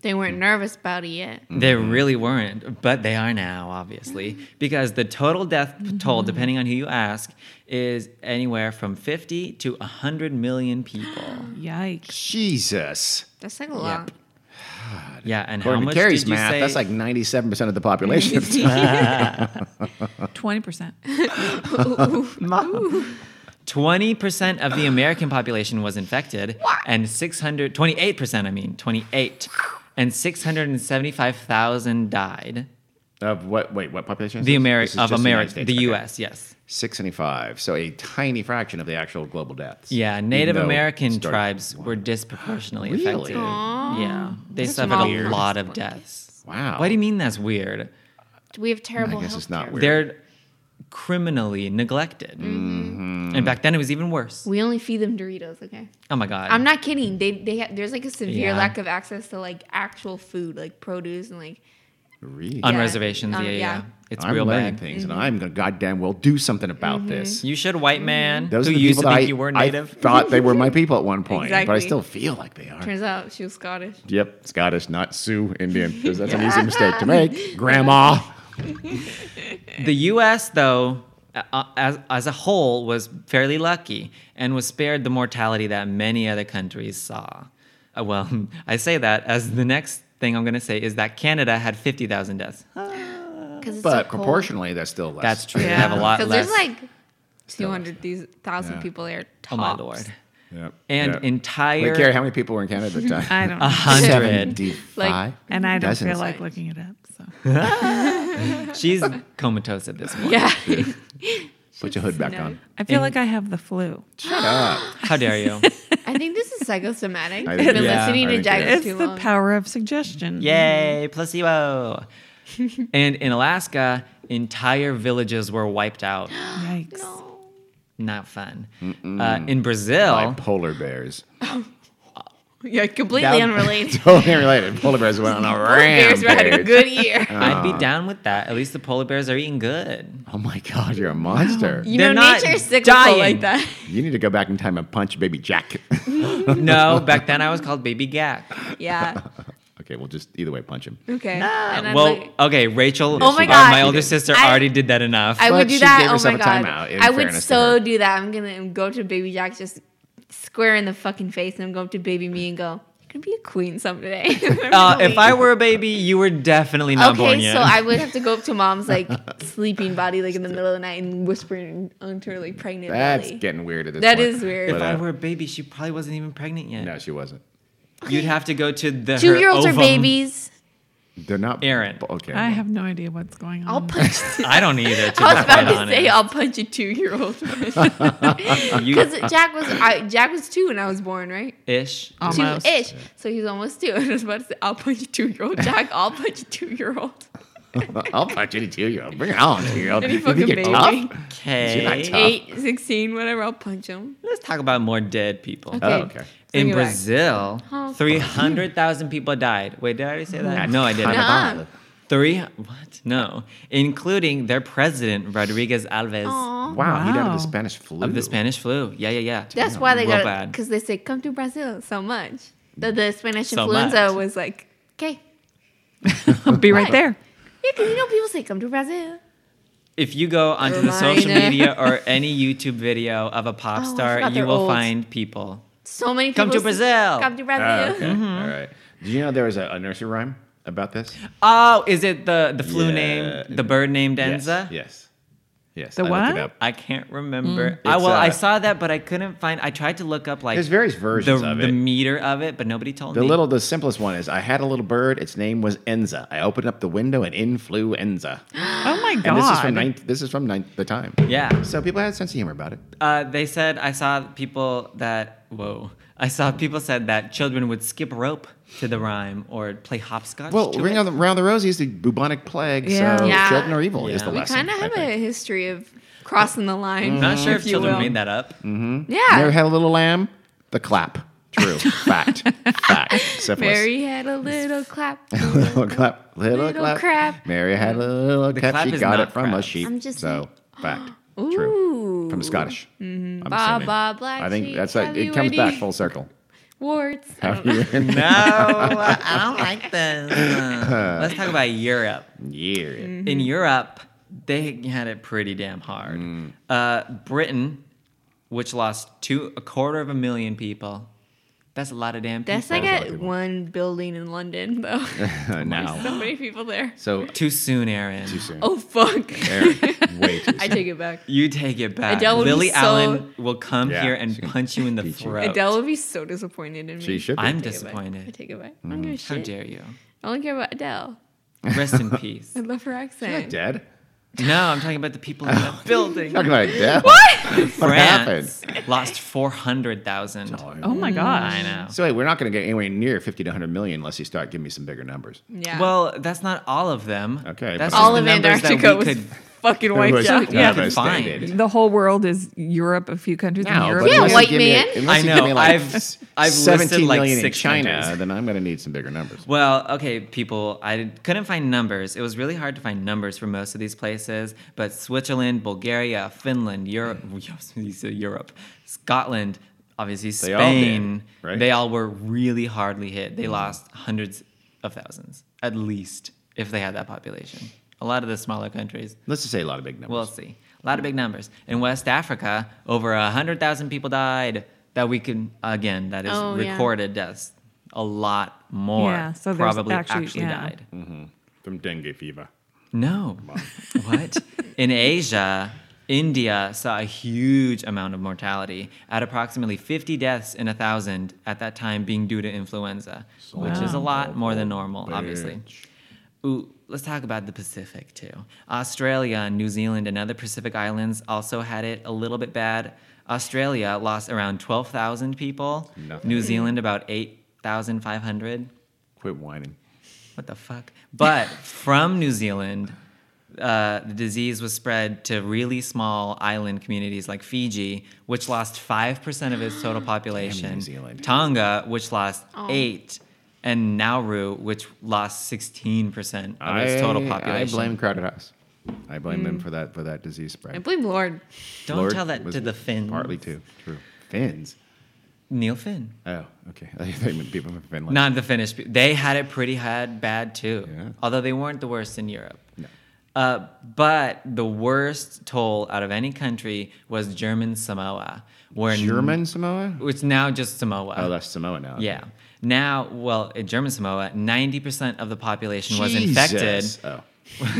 They weren't nervous about it yet. They Mm-hmm. really weren't, but they are now, obviously, because the total death p- toll, Mm-hmm. depending on who you ask, is anywhere from 50 to 100 million people. Yikes. Jesus. That's like a lot. yeah, and how According to much Carrie's did you math, say? that's like 97% of the population. Uh, 20%. 20% of the American population was infected, and 600, 28%, I mean, 28, and 675,000 died. of what? Wait, what population? is The this? Ameri- This is of just United America, States, the okay. U.S. Yes. 65. So a tiny fraction of the actual global deaths. Yeah, Even Native though it American started- tribes were disproportionately Really? affected. Yeah, they suffered small a part. lot of deaths. Wow. Why do you mean that's weird? We have terrible. I guess it's not healthcare. weird. They're criminally neglected, Mm-hmm. and back then it was even worse. We only feed them Doritos, okay? Oh my god! I'm not kidding. They they ha- there's like a severe Yeah. lack of access to like actual food, like produce and like Really? on yeah. reservations. Um, yeah, yeah, yeah. yeah. It's I'm real learning bad. things, Mm-hmm. and I'm going to goddamn well do something about this. You should, white Mm-hmm. man, Those who are the used people to that think I, you were I native. thought they were my people at one point, but I Exactly. still feel like they are. turns out she was Scottish. Yep, Scottish, not Sioux Indian, 'cause that's an easy mistake to make. Grandma. the U.S. though, a- a- as as a whole, was fairly lucky and was spared the mortality that many other countries saw. Uh, well, I say that as the next thing I'm going to say is that Canada had 50,000 deaths. Because it's But so cold. proportionally, that's still less. That's true. They have a lot Because less. there's like 200,000 Yeah. people there. Tops. oh my lord. Yep. And Yep. entire Wait, Carrie, how many people were in Canada at the time? I don't a know. hundred. Seventy-five. And I don't Dozens. feel like looking it up. So She's comatose at this point. Yeah. Put your hood back on. I feel like I have the flu. Shut up. How dare you? I think this is psychosomatic. I I've think it been is. listening Yeah, I to think Jack it for It's too the long. power of suggestion. Yay, placebo. and in Alaska, entire villages were wiped out. Yikes. Not fun. Uh, in Brazil, By polar bears. Yeah, completely That- unrelated. Totally related. Polar bears went on a Bears were having a rampage. good year. I'd Uh, be down with that. At least the polar bears are eating good. Oh my god, you're a monster. You They're know, not nature's cyclical dying. like that. You need to go back in time and punch baby Jack. No, back then I was called Baby Gak. Yeah. okay, well, just either way, punch him. Okay. And I'd Well, look- okay, Rachel, Oh my or God. my older sister, I- already did that enough. Uh, I But would she do that. gave Oh herself my a god. timeout, in I would fairness to her. so do that. I'm gonna go to Baby Jack just square in the fucking face and go up to Baby Me and go, You're gonna be a queen someday. uh, if I were a baby, you were definitely not born Okay, yet. so I would have to go up to mom's like sleeping body like in the middle of the night and whisper onto her like pregnant That's belly. getting weird at this That point. is weird. if But, I uh, were a baby, she probably wasn't even pregnant yet. no, she wasn't. You'd have to go to the her Two year olds are ovum. babies. They're not Aaron. Okay. I have no idea what's going on. I'll punch. I don't either. To I be was about quite to say honest. uh, I'll punch a two-year-old because Jack was I, Jack was two when I was born, right? ish. Almost. Two-ish, so he's almost two. And I was about to say I'll punch a two-year-old Jack. I'll punch a two-year-old. I'll punch any two-year-old. Bring it on, two-year-old. Any You think you're fucking tough? You're not Okay. tough. Eight, sixteen, whatever. I'll punch him. Let's talk about more dead people. Oh, Okay. okay. In Bring it back. Brazil, Oh. 300,000 people died. Wait, did I already say that? No, I didn't. Nah. Three, what? No. Including their president, Rodriguez Alves, Aw. Wow, he died of Wow. the Spanish flu. of the Spanish flu. Yeah, yeah, yeah. That's why they Real got it bad. because they say come to Brazil so much. The, the Spanish So influenza much. was like, okay, I'll be right there. yeah, because you know people say come to Brazil. If you go onto the social Reminder. media or any YouTube video of a pop Oh, I star, forgot you they're will old. find people. So many people Come to say, Brazil. Come to Ah, Brazil. okay. All right. Do you know there was a, a nursery rhyme about this? Oh, is it the the flu Yeah. name, the bird named Yes. Enza? Yes. Yes. The I looked it what? up. I can't remember. Mm. I, It's, well, I uh, saw that, but I couldn't find. I tried to look up like There's various the, versions of the it. meter of it, but nobody told The me. little, the simplest one is I had a little bird. Its name was Enza. I opened up the window and influenza. Oh my god! And this is from ninth, this is from ninth, the time. yeah. So people had a sense of humor about it. Uh, they said I saw people that whoa. I saw people said that children would skip rope to the rhyme or play hopscotch. Well, to ring it. around the, round the rosy is the bubonic plague. Yeah. So Yeah. children are evil is Yeah. the We We lesson. kind of have I a think. history of crossing the line. I'm not sure if, you children will. made that up. Mm. Never Yeah. had a little lamb? The clap. True. Fact. Fact. Syphilis. Mary had a little clap. little clap. Little, Little clap. crap. Mary had a little The clap. clap She is got not it from a crap. sheep. I'm just so fact. True. Ooh. From Scottish. Mm-hmm. Ba ba black. I think sheep, that's it. It comes heavyweighty back full circle. Warts. I don't know. No, yeah. I don't like this. Uh, Let's talk about Europe. In Mm. Europe, they had it pretty damn hard. Mm. Uh, Britain, which lost two a quarter of a million people. That's a lot of damn people. That's like at one building in London, though. now. so many people there. So Too soon, Aaron. too soon. Oh fuck! Eric, way too soon. I take it back. You take it back. Adele would be Lily so- Allen will come Yeah, here she and can punch you in the beat you. throat. Adele would be so disappointed in me. She should be. Mm-hmm. I'm I take it back. I disappointed. take it back. I don't give a How shit. dare you? I don't care about Adele. Rest in peace. I love her accent. Dead? No, I'm talking about the people in the building. Talking about death. What? Oh. what happened? France lost 400,000. oh my Mm, gosh! I know. So wait, we're not going to get anywhere near 50 to 100 million unless you start giving me some bigger numbers. Yeah. Well, that's not all of them. Okay, but- That's just all the of numbers that Antarctica we was could- fucking It wiped was out. yeah. devastated. The whole world is Europe. A few countries in No, Europe. but Yeah, unless you white give me- man. unless I you know, give me, like, I've- I've listed, 17 like, million in six China, countries. then I'm going to need some bigger numbers. Well, okay, people, I did- couldn't find numbers. It was really hard to find numbers for most of these places, but Switzerland, Bulgaria, Finland, Europe, Hmm. you said Europe, Scotland, obviously They all did, Spain, they all, right? Hmm. were really hardly hit. They lost hundreds of thousands, at least, if they had that population. A lot of the smaller countries, Let's just say a lot of big numbers. we'll see. A lot of big numbers. In West Africa, over 100,000 people died that we can, again, that is Oh, yeah. recorded deaths. A lot more Yeah, so there's probably actually, actually- yeah. died. From dengue fever. No. what? In Asia, India saw a huge amount of mortality at approximately 50 deaths in a 1,000 at that time being due to influenza, which is a lot more than normal, obviously. Ooh, let's talk about the Pacific too. Australia, and New Zealand, and other Pacific islands also had it a little bit bad. Australia lost around 12,000 people, Nothing. New Zealand, about 8,500 Quit whining. what the fuck? But from New Zealand, uh, the disease was spread to really small island communities like Fiji, which lost 5% of its total population, New Zealand. Tonga, which lost 8 and Nauru, which lost 16% of its Oh, total population. I blame Crowded House. I blame them for that for that disease I spread. blame Lord. Don't Lord tell that was to the Finn. Partly too. True. Finns. Neil Finn. Oh, okay. I thought you meant people from Finland. Not the Finnish. pe- They had it pretty had bad too. Yeah. Although they weren't the worst in Europe. No. Uh, but the worst toll out of any country was German Samoa, where German Samoa? it's now just Samoa. Oh, that's Samoa now. Uh, yeah. Now, well, in German Samoa, ninety percent of the population was Jesus. infected. Oh.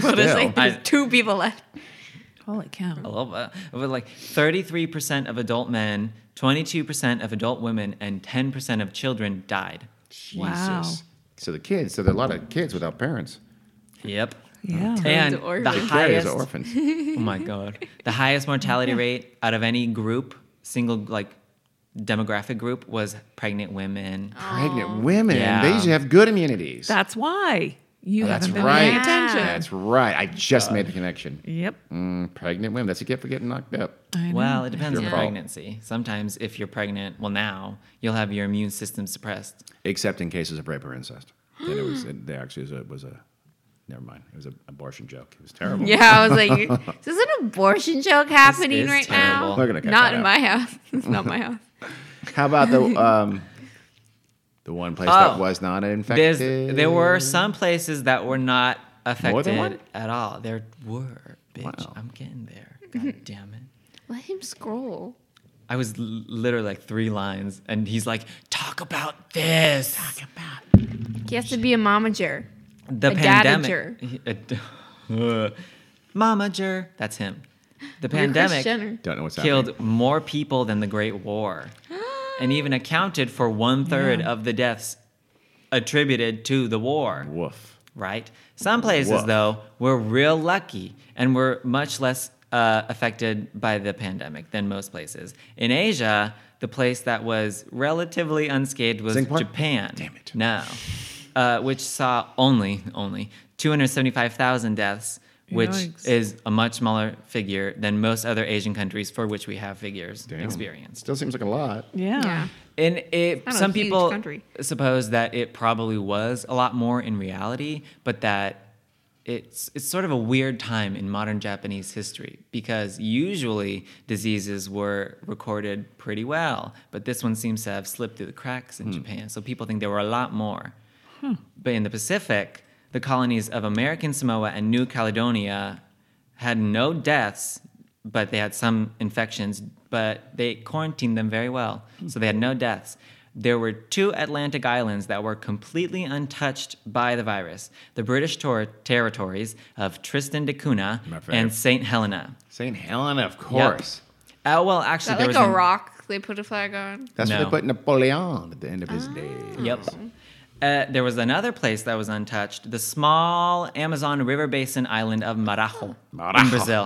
But it's like I- there's two people left. Holy cow! A little bit, but like thirty-three percent of adult men, twenty-two percent of adult women, and ten percent of children died. Jesus. Wow. So the kids, so there are a lot of kids without parents. Yep. Yeah. And to the Carriers orphans. highest, are oh orphans. my god, the highest mortality rate out of any group, single like demographic group, was pregnant women. Oh, Pregnant women, they Yeah. usually have good immunities. Oh, That's why you That's haven't been right. paying attention. That's right. I just Uh. made the connection. Yep. Mm, pregnant women. That's what you get for getting knocked up. I know. Well, it depends Your on the fault. pregnancy. Sometimes, if you're pregnant, well, now you'll have your immune system suppressed. Except in cases of rape or incest. Then it was. It, there actually was a, was a. Never mind. It was an abortion joke. It was terrible. Yeah, I was like, is this an abortion joke happening is right terrible. now? We're gonna cut Not that in out. my house. It's not my house. How about the um, the one place that Oh. was not There's, infected? there were some places that were not affected one? at all. There were, bitch. Wow. I'm getting there. God damn it. Let him scroll. I was l- literally like three lines, and he's like, "Talk about this." Talk about He has to be a momager. the A pandemic. A- Momager. That's him. The You're Kris pandemic Jenner. Don't know what's killed happening. more people than the Great War, and even accounted for one third of the deaths attributed to the war. Woof. Right. Some places Woof. though were real lucky and were much less uh, affected by the pandemic than most places. In Asia, the place that was relatively unscathed was Singapore? Japan. Damn it. No. Uh, which saw only only 275,000 deaths, which Yikes. is a much smaller figure than most other Asian countries for which we have figures Damn. experienced. Still seems like a lot. yeah. Yeah. And it, not a some huge people country. suppose that it probably was a lot more in reality, but that it's it's sort of a weird time in modern Japanese history because usually diseases were recorded pretty well, but this one seems to have slipped through the cracks in Japan. So people think there were a lot more. But in the Pacific, the colonies of American Samoa and New Caledonia had no deaths, but they had some infections, but they quarantined them very well. So they had no deaths. There were two Atlantic islands that were completely untouched by the virus the British tor- territories of Tristan da Cunha My fave. and St. Helena. St. Helena, of Yep. course. Uh, well, Is actually, that there like was a an- rock they put a flag on? That's where No. they put Napoleon at the end of his day. Yep. Uh, there was another place that was untouched the small Amazon River Basin island of Marajo, Marajo. Hmm. in Brazil.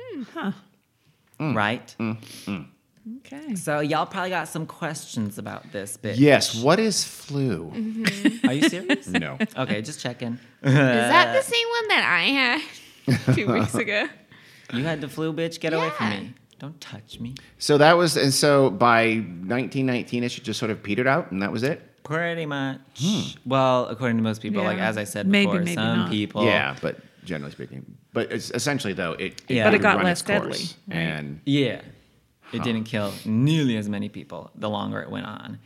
Hmm, Right? Okay. So, y'all probably got some questions about this bitch. Yes. What is Mm-hmm. flu? Are you serious? no. okay, just checking. Is that the same one that I had two weeks ago? You had the flu, bitch. Get away from Yeah. me. Don't touch me. So that was, and so by 1919, it just sort of petered out, and that was it. Pretty much. Well, according to most people, like Yeah. as I said Maybe, before, maybe some not. people. Yeah, but generally speaking, but it's essentially though it, Yeah. But it could got run less its course, deadly, right? And Yeah. It didn't kill nearly as many people the longer it went on.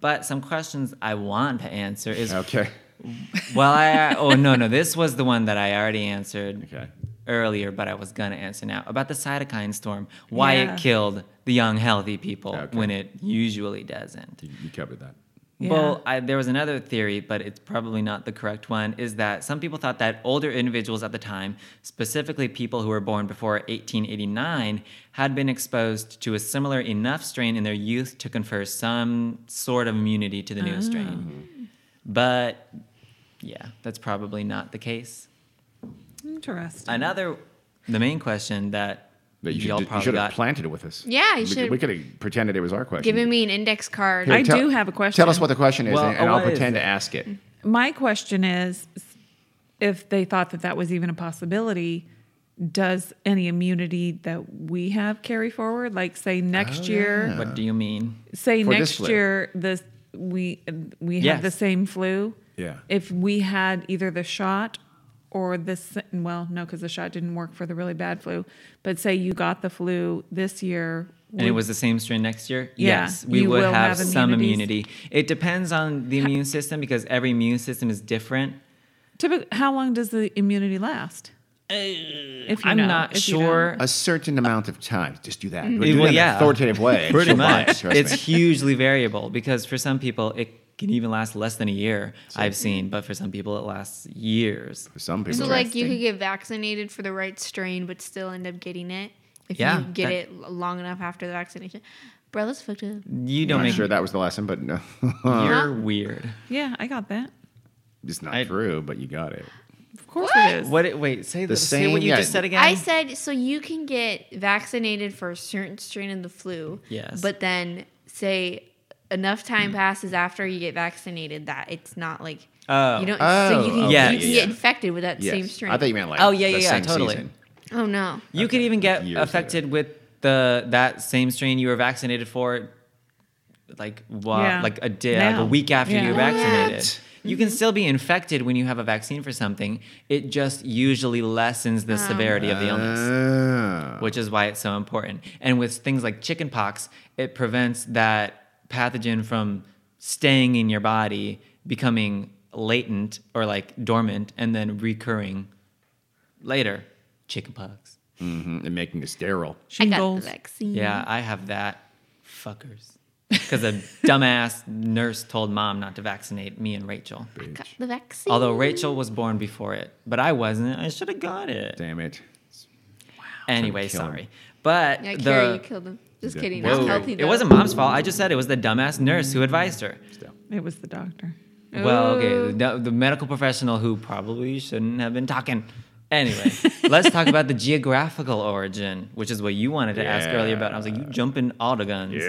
But some questions I want to answer is okay, well, I oh no no this was the one that I already answered okay, earlier, but I was gonna answer now about the cytokine storm, why Yeah. it killed the young healthy people Okay. when it usually doesn't. you, you covered that. Well, I, there was another theory, but it's probably not the correct one. Is that some people thought that older individuals at the time, specifically people who were born before 1889, had been exposed to a similar enough strain in their youth to confer some sort of immunity to the new strain. But yeah, that's probably not the case. Interesting. Another, the main question that, That you all should, you probably should have got. planted it with us. Yeah, you We could- should've- We could have pretended it was our question. Giving me an index card. Here, I do have a question. Tell us what the question is, Well, and, and uh, I'll what is pretend to it? ask it. My question is if they thought that that was even a possibility, does any immunity that we have carry forward? Like, say next year, what do you mean? say For this next flu. year, this we we have the Yes. same flu. Yeah. If we had either the shot or this, well, no, because the shot didn't work for the really bad flu. But say you got the flu this year, and it was the same strain next year, Yeah, yes, we you would will have, have some immunities. immunity. It depends on the immune system because every immune system is different. Typically, how long does the immunity last? if I'm know, not if you don't. sure. A certain amount of time. Just do that. Do Well, it in an yeah. authoritative way. Pretty She'll buy it, much, trust it's me. hugely variable because for some people it can even last less than a year. I've seen, but for some people it lasts years. For some people. So like you could get vaccinated for the right strain, but still end up getting it if Yeah, you get that- it l- long enough after the vaccination. Bro, that's fucked up. You don't I'm make sure that was the lesson, but no. you're weird. Yeah, I got that. It's not I- true, but you got it. Of course it is. What? it- Wait, say the, say same- what you yeah. just said again. I said so you can get vaccinated for a certain strain of the flu. Yes. But then say enough time passes after you get vaccinated that it's not like Oh. you don't Oh, so you can, yeah, you can yeah, get infected with that Yes. same strain. I thought you meant like Oh, yeah, the yeah, yeah, same totally. season. oh no. You could even get Years affected with the that same strain you were vaccinated for, like while, Yeah. like a day, like Now. a week after Yeah. Mm-hmm. you were What? vaccinated. You can still be infected when you have a vaccine for something. It just usually lessens Oh. the severity of the illness, Oh. which is why it's so important. And with things like chickenpox, it prevents that pathogen from staying in your body, becoming latent or like dormant, and then recurring later. Chickenpox. Mhm, and making it sterile. I got the Shingles. vaccine. Yeah, I have that. Fuckers. Because a dumbass nurse told mom not to vaccinate me and Rachel. I got the vaccine. Although Rachel was born before it, but I wasn't. I should have got it. Damn it. Anyway, kill him. sorry. But Yeah, the, Carrie, you killed him. Just Yeah. kidding. Whoa. That was healthy it though. wasn't mom's fault. I just said it was the dumbass nurse who advised her. It was the doctor. Well, Ooh. okay, the, the medical professional who probably shouldn't have been talking. Anyway, let's talk about the geographical origin, which is what you wanted to ask earlier about. I was like, you jumping all the guns.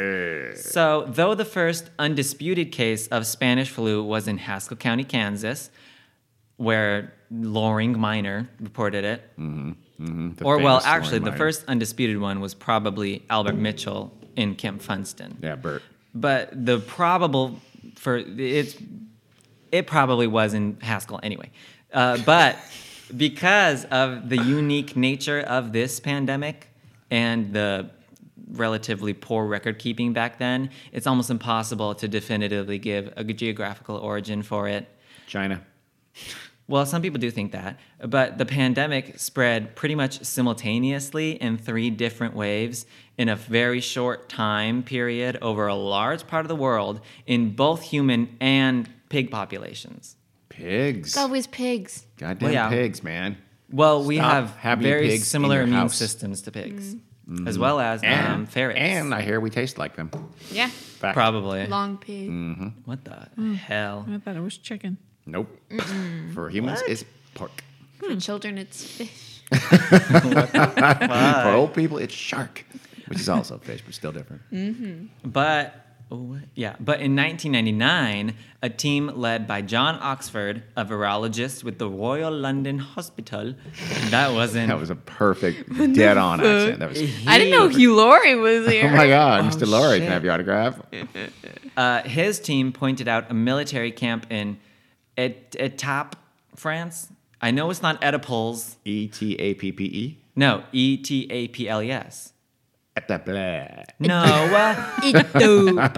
So, though the first undisputed case of Spanish flu was in Haskell County, Kansas, where Loring Minor reported it, The or well, famous actually, Lauren the Miner. first undisputed one was probably Albert Mitchell in Camp Funston Yeah, Bert. but the probable for it's it probably was in Haskell anyway. Uh, but because of the unique nature of this pandemic and the relatively poor record keeping back then, it's almost impossible to definitively give a geographical origin for it. China. Well, some people do think that, but the pandemic spread pretty much simultaneously in three different waves in a very short time period over a large part of the world in both human and pig populations. Pigs. It's always pigs. Goddamn Well, yeah. pigs, man. Well, we Stop have having very pigs in similar your immune house. systems to pigs, as well as um, ferrets. And I hear we taste like them. Yeah. Fact. probably. Long pig. Mm. What the hell? I thought it was chicken. Nope. For humans, it's pork. For children it's fish. For old people, it's shark, which is also fish, but still different. But oh, yeah, but in 1999, a team led by John Oxford, a virologist with the Royal London Hospital, that wasn't. That was a perfect dead on accent. That was. I didn't know Hugh Laurie was Oh there. my God, Oh, Mr. Laurie, can I shit. have your autograph? uh, his team pointed out a military camp in Et- Etapes, France. I know it's not Oedipals. E T A P P E. No, E T A P L E S. At the blah. No, uh, Etope-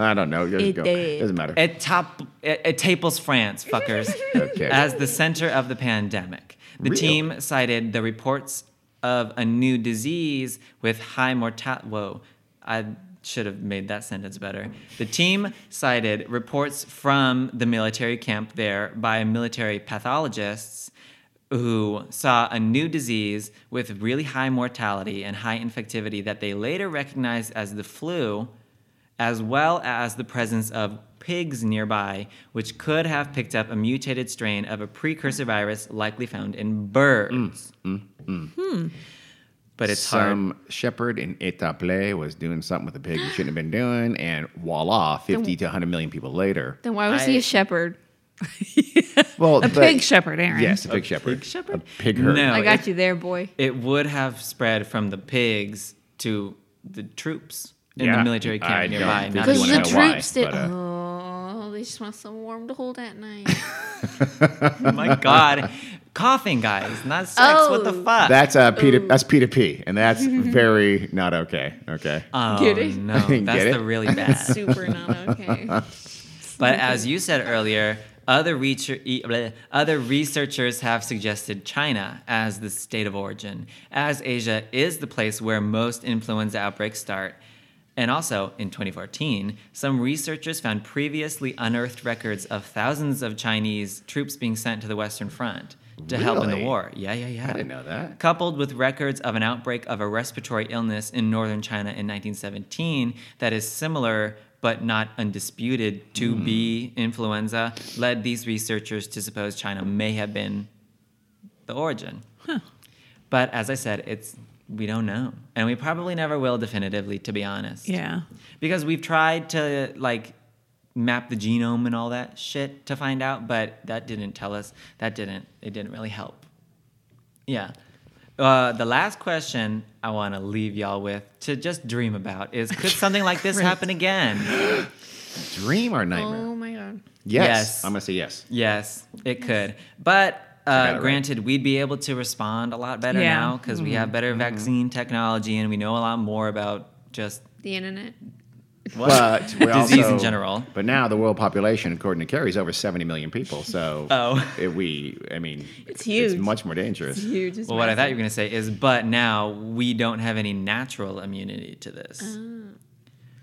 I don't know. Just go. Doesn't matter. Etap- Etaples, France, fuckers. Okay. as the center of the pandemic. The Really? team cited the reports of a new disease with high mortality. Whoa, I should have made that sentence better. The team cited reports from the military camp there by military pathologists who saw a new disease with really high mortality and high infectivity that they later recognized as the flu as well as the presence of pigs nearby, which could have picked up a mutated strain of a precursor virus likely found in birds. Mm, But it's hard. Some shepherd in Etaple was doing something with a pig he shouldn't have been doing, and voila, 50 to 100 million people later. Then why was he a shepherd? Well, A pig shepherd, Aaron. Yes, a pig shepherd. Pig shepherd? A pig herd. No, I got it, you there, boy. It would have spread from the pigs to the troops in Yeah. the military camp I don't nearby. think not you Because the wanna the know why, troops did. but, uh, oh, they just want some warm to hold at night. Oh my god. Coughing guys, not sex. What the Oh. fuck? That's uh, Peter. That's Peter P, and that's very not okay. Okay, oh, Get it? no, didn't that's get the it. really bad. Super not okay. But as you said earlier, other, reacher- e- bleh, other researchers have suggested China as the state of origin, as Asia is the place where most influenza outbreaks start. And also, in 2014, some researchers found previously unearthed records of thousands of Chinese troops being sent to the Western Front to help in the Really? war. Yeah, yeah, yeah. I didn't know that. Coupled with records of an outbreak of a respiratory illness in northern China in 1917 that is similar but not undisputed to be influenza, led these researchers to suppose China may have been the origin. But as I said, it's we don't know, and we probably never will definitively, to be honest. Yeah. Because we've tried to like map the genome and all that shit to find out, but that didn't tell us. That didn't. It didn't really help. Yeah. Uh, the last question I want to leave y'all with to just dream about is: Could something like this happen again? Dream or nightmare? Oh my god. yes. Yes. I'm going to say yes. Yes, it could. But it uh, right. granted, we'd be able to respond a lot better Yeah. now because we have Mm-hmm. better vaccine technology and we know a lot more about just The internet. what But we disease also- in general. But now the world population, according to Kerry, is over 70 million people. So Oh. it- we, I mean, It's huge. It's much more dangerous. You're just Well, what I thought you were going to say is, but now we don't have any natural immunity to this. Oh.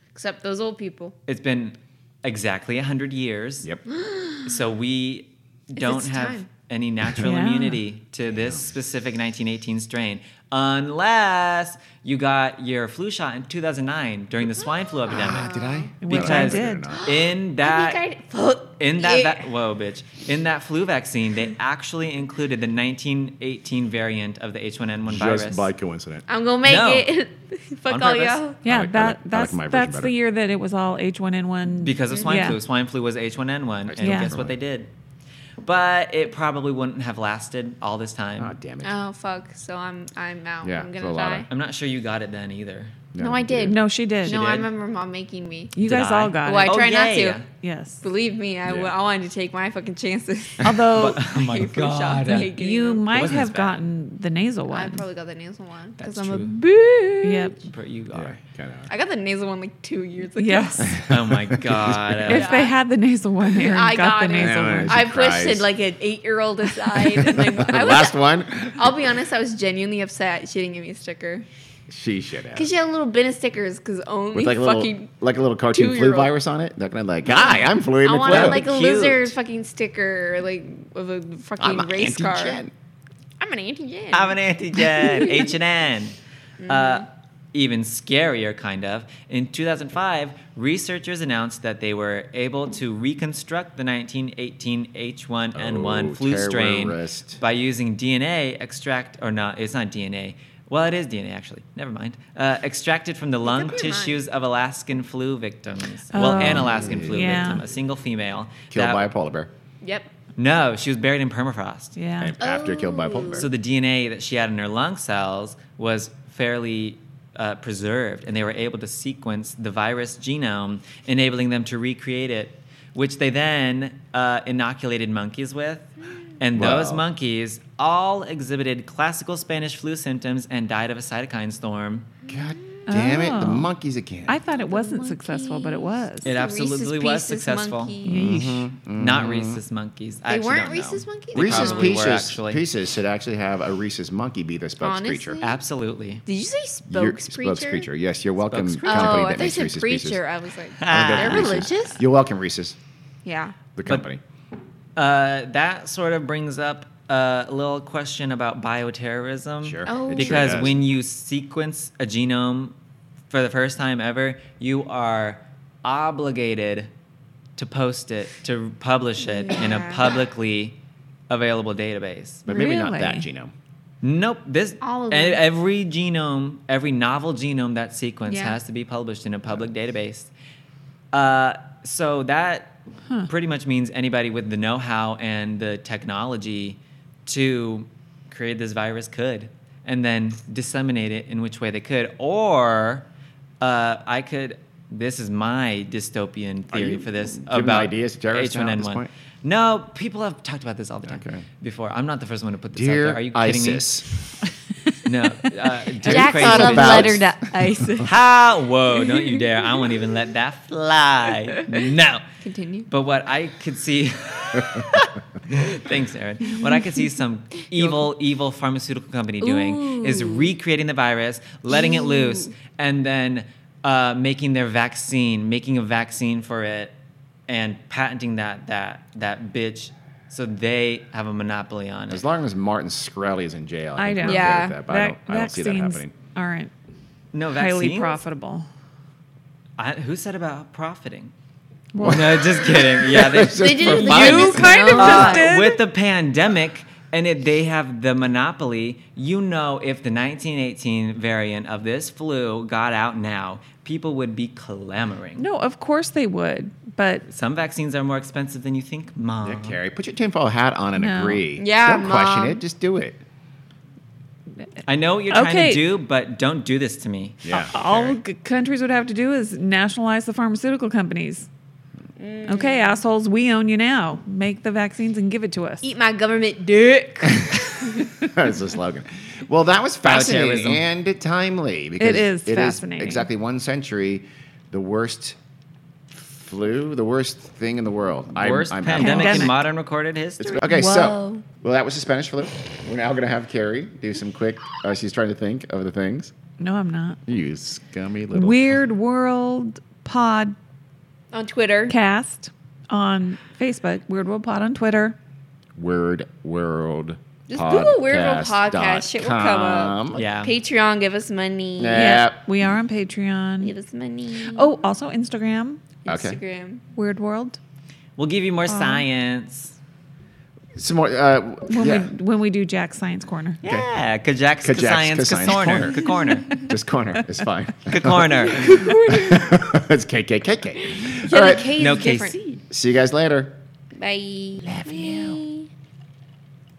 except those old people. It's been exactly 100 years. Yep. So we don't its have time. any natural Yeah. immunity to this specific 1918 strain unless you got your flu shot in 2009 during the swine flu Ah, epidemic. Did I? Well, I Because did. in I that think I in that Yeah. va- whoa bitch in that flu vaccine they actually included the 1918 variant of the H1N1 virus. coincidence. I'm gonna make No. it. Fuck On all purpose. y'all. Yeah, I like- I like- that I like that's my version that's better. the year that it was all H1N1 because of swine Yeah. flu. Swine flu was H1N1, and Yeah. guess what they did? But it probably wouldn't have lasted all this time. Ah, damn it. Oh fuck. So I'm I'm out. Yeah, I'm it's a gonna lot die. of- I'm not sure you got it then either. No, I you did. No, she did. no, did? I remember mom making me. You Did guys I? all got Well, I it. try not Oh, yeah. to. yes. Believe me, I, w- Yeah. I wanted to take my fucking chances. Although But- oh my Free shots God. and hate getting you them. might wasn't as have bad. gotten the nasal I one. probably got the nasal one because That's I'm true. a bitch. Yep. But you Yeah, are. kind of. I got the nasal one like two years ago. Yes. Oh my god. If Alex. they had the nasal one, Aaron I got, got the it. nasal Yeah, one. I- I pushed Christ. it like an eight year old aside. and, like, I the was, last one, I'll be honest, I was genuinely upset she didn't give me a sticker. she should have. Because she had a little bin of stickers because only With like a little, fucking. like a little cartoon flu two-year-old. virus on it. They're gonna like, "Guy, I'm flu. I wanted like a Cute. lizard fucking sticker, like of a fucking I'm a race car. anti-gen. I'm an anti-gen. I'm an antigen. H and N. Mm-hmm. Uh, even scarier, kind of. In 2005, researchers announced that they were able to reconstruct the 1918 H1N1 Oh, flu strain terrorist. by using DNA extract, or not? It's not DNA. Well, it is DNA actually. Never mind. Uh, extracted from the lung up your mind. tissues of Alaskan flu victims. Well, Oh. an Alaskan flu Yeah. victim, a single female. Killed that- by a polar bear. Yep. no, she was buried in permafrost. Yeah. And After killed by a polar bear. So the DNA that she had in her lung cells was fairly uh, preserved, and they were able to sequence the virus genome, enabling them to recreate it, which they then uh, inoculated monkeys with. And those Wow. monkeys all exhibited classical Spanish flu symptoms and died of a cytokine storm. God damn it, the Oh. monkeys again. I thought it wasn't successful, but it was. It absolutely Reese's was Pieces successful. monkey. Mm-hmm. Yeesh. Not Rhesus monkeys. I They actually weren't don't know. Reese's monkeys? They Reese's probably were, pieces, actually. pieces should actually have a Reese's monkey be their spokes creature. Honestly? Absolutely. Did you say Your- spokes Spokes preacher? creature. Yes, you're welcome. Spokes creature. Company Oh, I that thought you makes said Reese's preacher. pieces. I was like, Ah. They're they're religious. You're welcome, Reese's. Yeah. The company. Uh, that sort of brings up uh, a little question about bioterrorism. sure. Oh. It sure Because does. when you sequence a genome for the first time ever, you are obligated to post it, to publish it in a Yeah. publicly available database. but maybe not that Really? genome. Nope. This All of e- them. every genome, every novel genome that sequence Yeah. has to be published in a public database. Uh, so that pretty much means anybody with the know-how and the technology to create this virus could, and then disseminate it in which way they could, or uh, I could. This is my dystopian theory you for this giving about ideas to terrorists now at this H1N1. point? No, people have talked about this all the time Okay. before. I'm not the first one to put this out Dear there. Are you kidding me? ISIS. No, uh, Dick Jack Crazy thought of Bitch. about- letter to ISIS. How? Whoa! Don't you dare! I won't even let that fly. No. Continue. But what I could see. Thanks, Aaron. What I could see some evil, evil pharmaceutical company doing is recreating the virus, letting it loose, and then uh, making their vaccine, making a vaccine for it, and patenting that that that bitch, so they have a monopoly on it. As long as Martin Shkreli is in jail, I, I think don't. we're okay Yeah. with that, but I don't, I don't see that vaccines happening. aren't no highly vaccines? profitable. I, who said about profiting? No, just kidding. Yeah, they, They did it mine. You kind of just did. with the pandemic and if they have the monopoly, you know, if the 1918 variant of this flu got out now, people would be clamoring. No, of course they would, but Some vaccines are more expensive than you think, mom. Yeah, Carrie, put your tinfoil hat on and No. agree. Yeah, Don't question Mom. it. Just do it. I know what you're trying Okay. to do, but don't do this to me. Yeah. all Carrie. g- countries would have to do is nationalize the pharmaceutical companies. Okay, assholes, we own you now. Make the vaccines and give it to us. Eat my government dick. That's the slogan. Well, that was fascinating terrorism. and timely because is fascinating. exactly one century, the worst flu, the worst thing in the world. I'm- Worst I'm happy. pandemic, Pandemic. in modern recorded history. It's- okay, so Whoa. well, that was the Spanish flu. We're now gonna have Carrie do some quick. Uh, she's trying to think of the things. No, I'm not. You scummy little. Weird World Podcast On Twitter. on Facebook, Weird World Pod on Twitter. Word World. Just Google Weird World Podcast dot Podcast. Shit will come up. com. Yeah. Patreon, give us money. Yeah. We are on Patreon. Give us money. Oh, also Instagram, Okay. Instagram. Weird World. We'll give you more Uh-huh. science. Some more. Uh, When, yeah. we, when we do Jack's Science Corner. Yeah, Kajak's Kajak's science, Kascience corner, Corner. corner, Just corner. It's fine. corner. it's KKKK. Yeah, All the right. K is No different. See you guys later. Bye. Love you.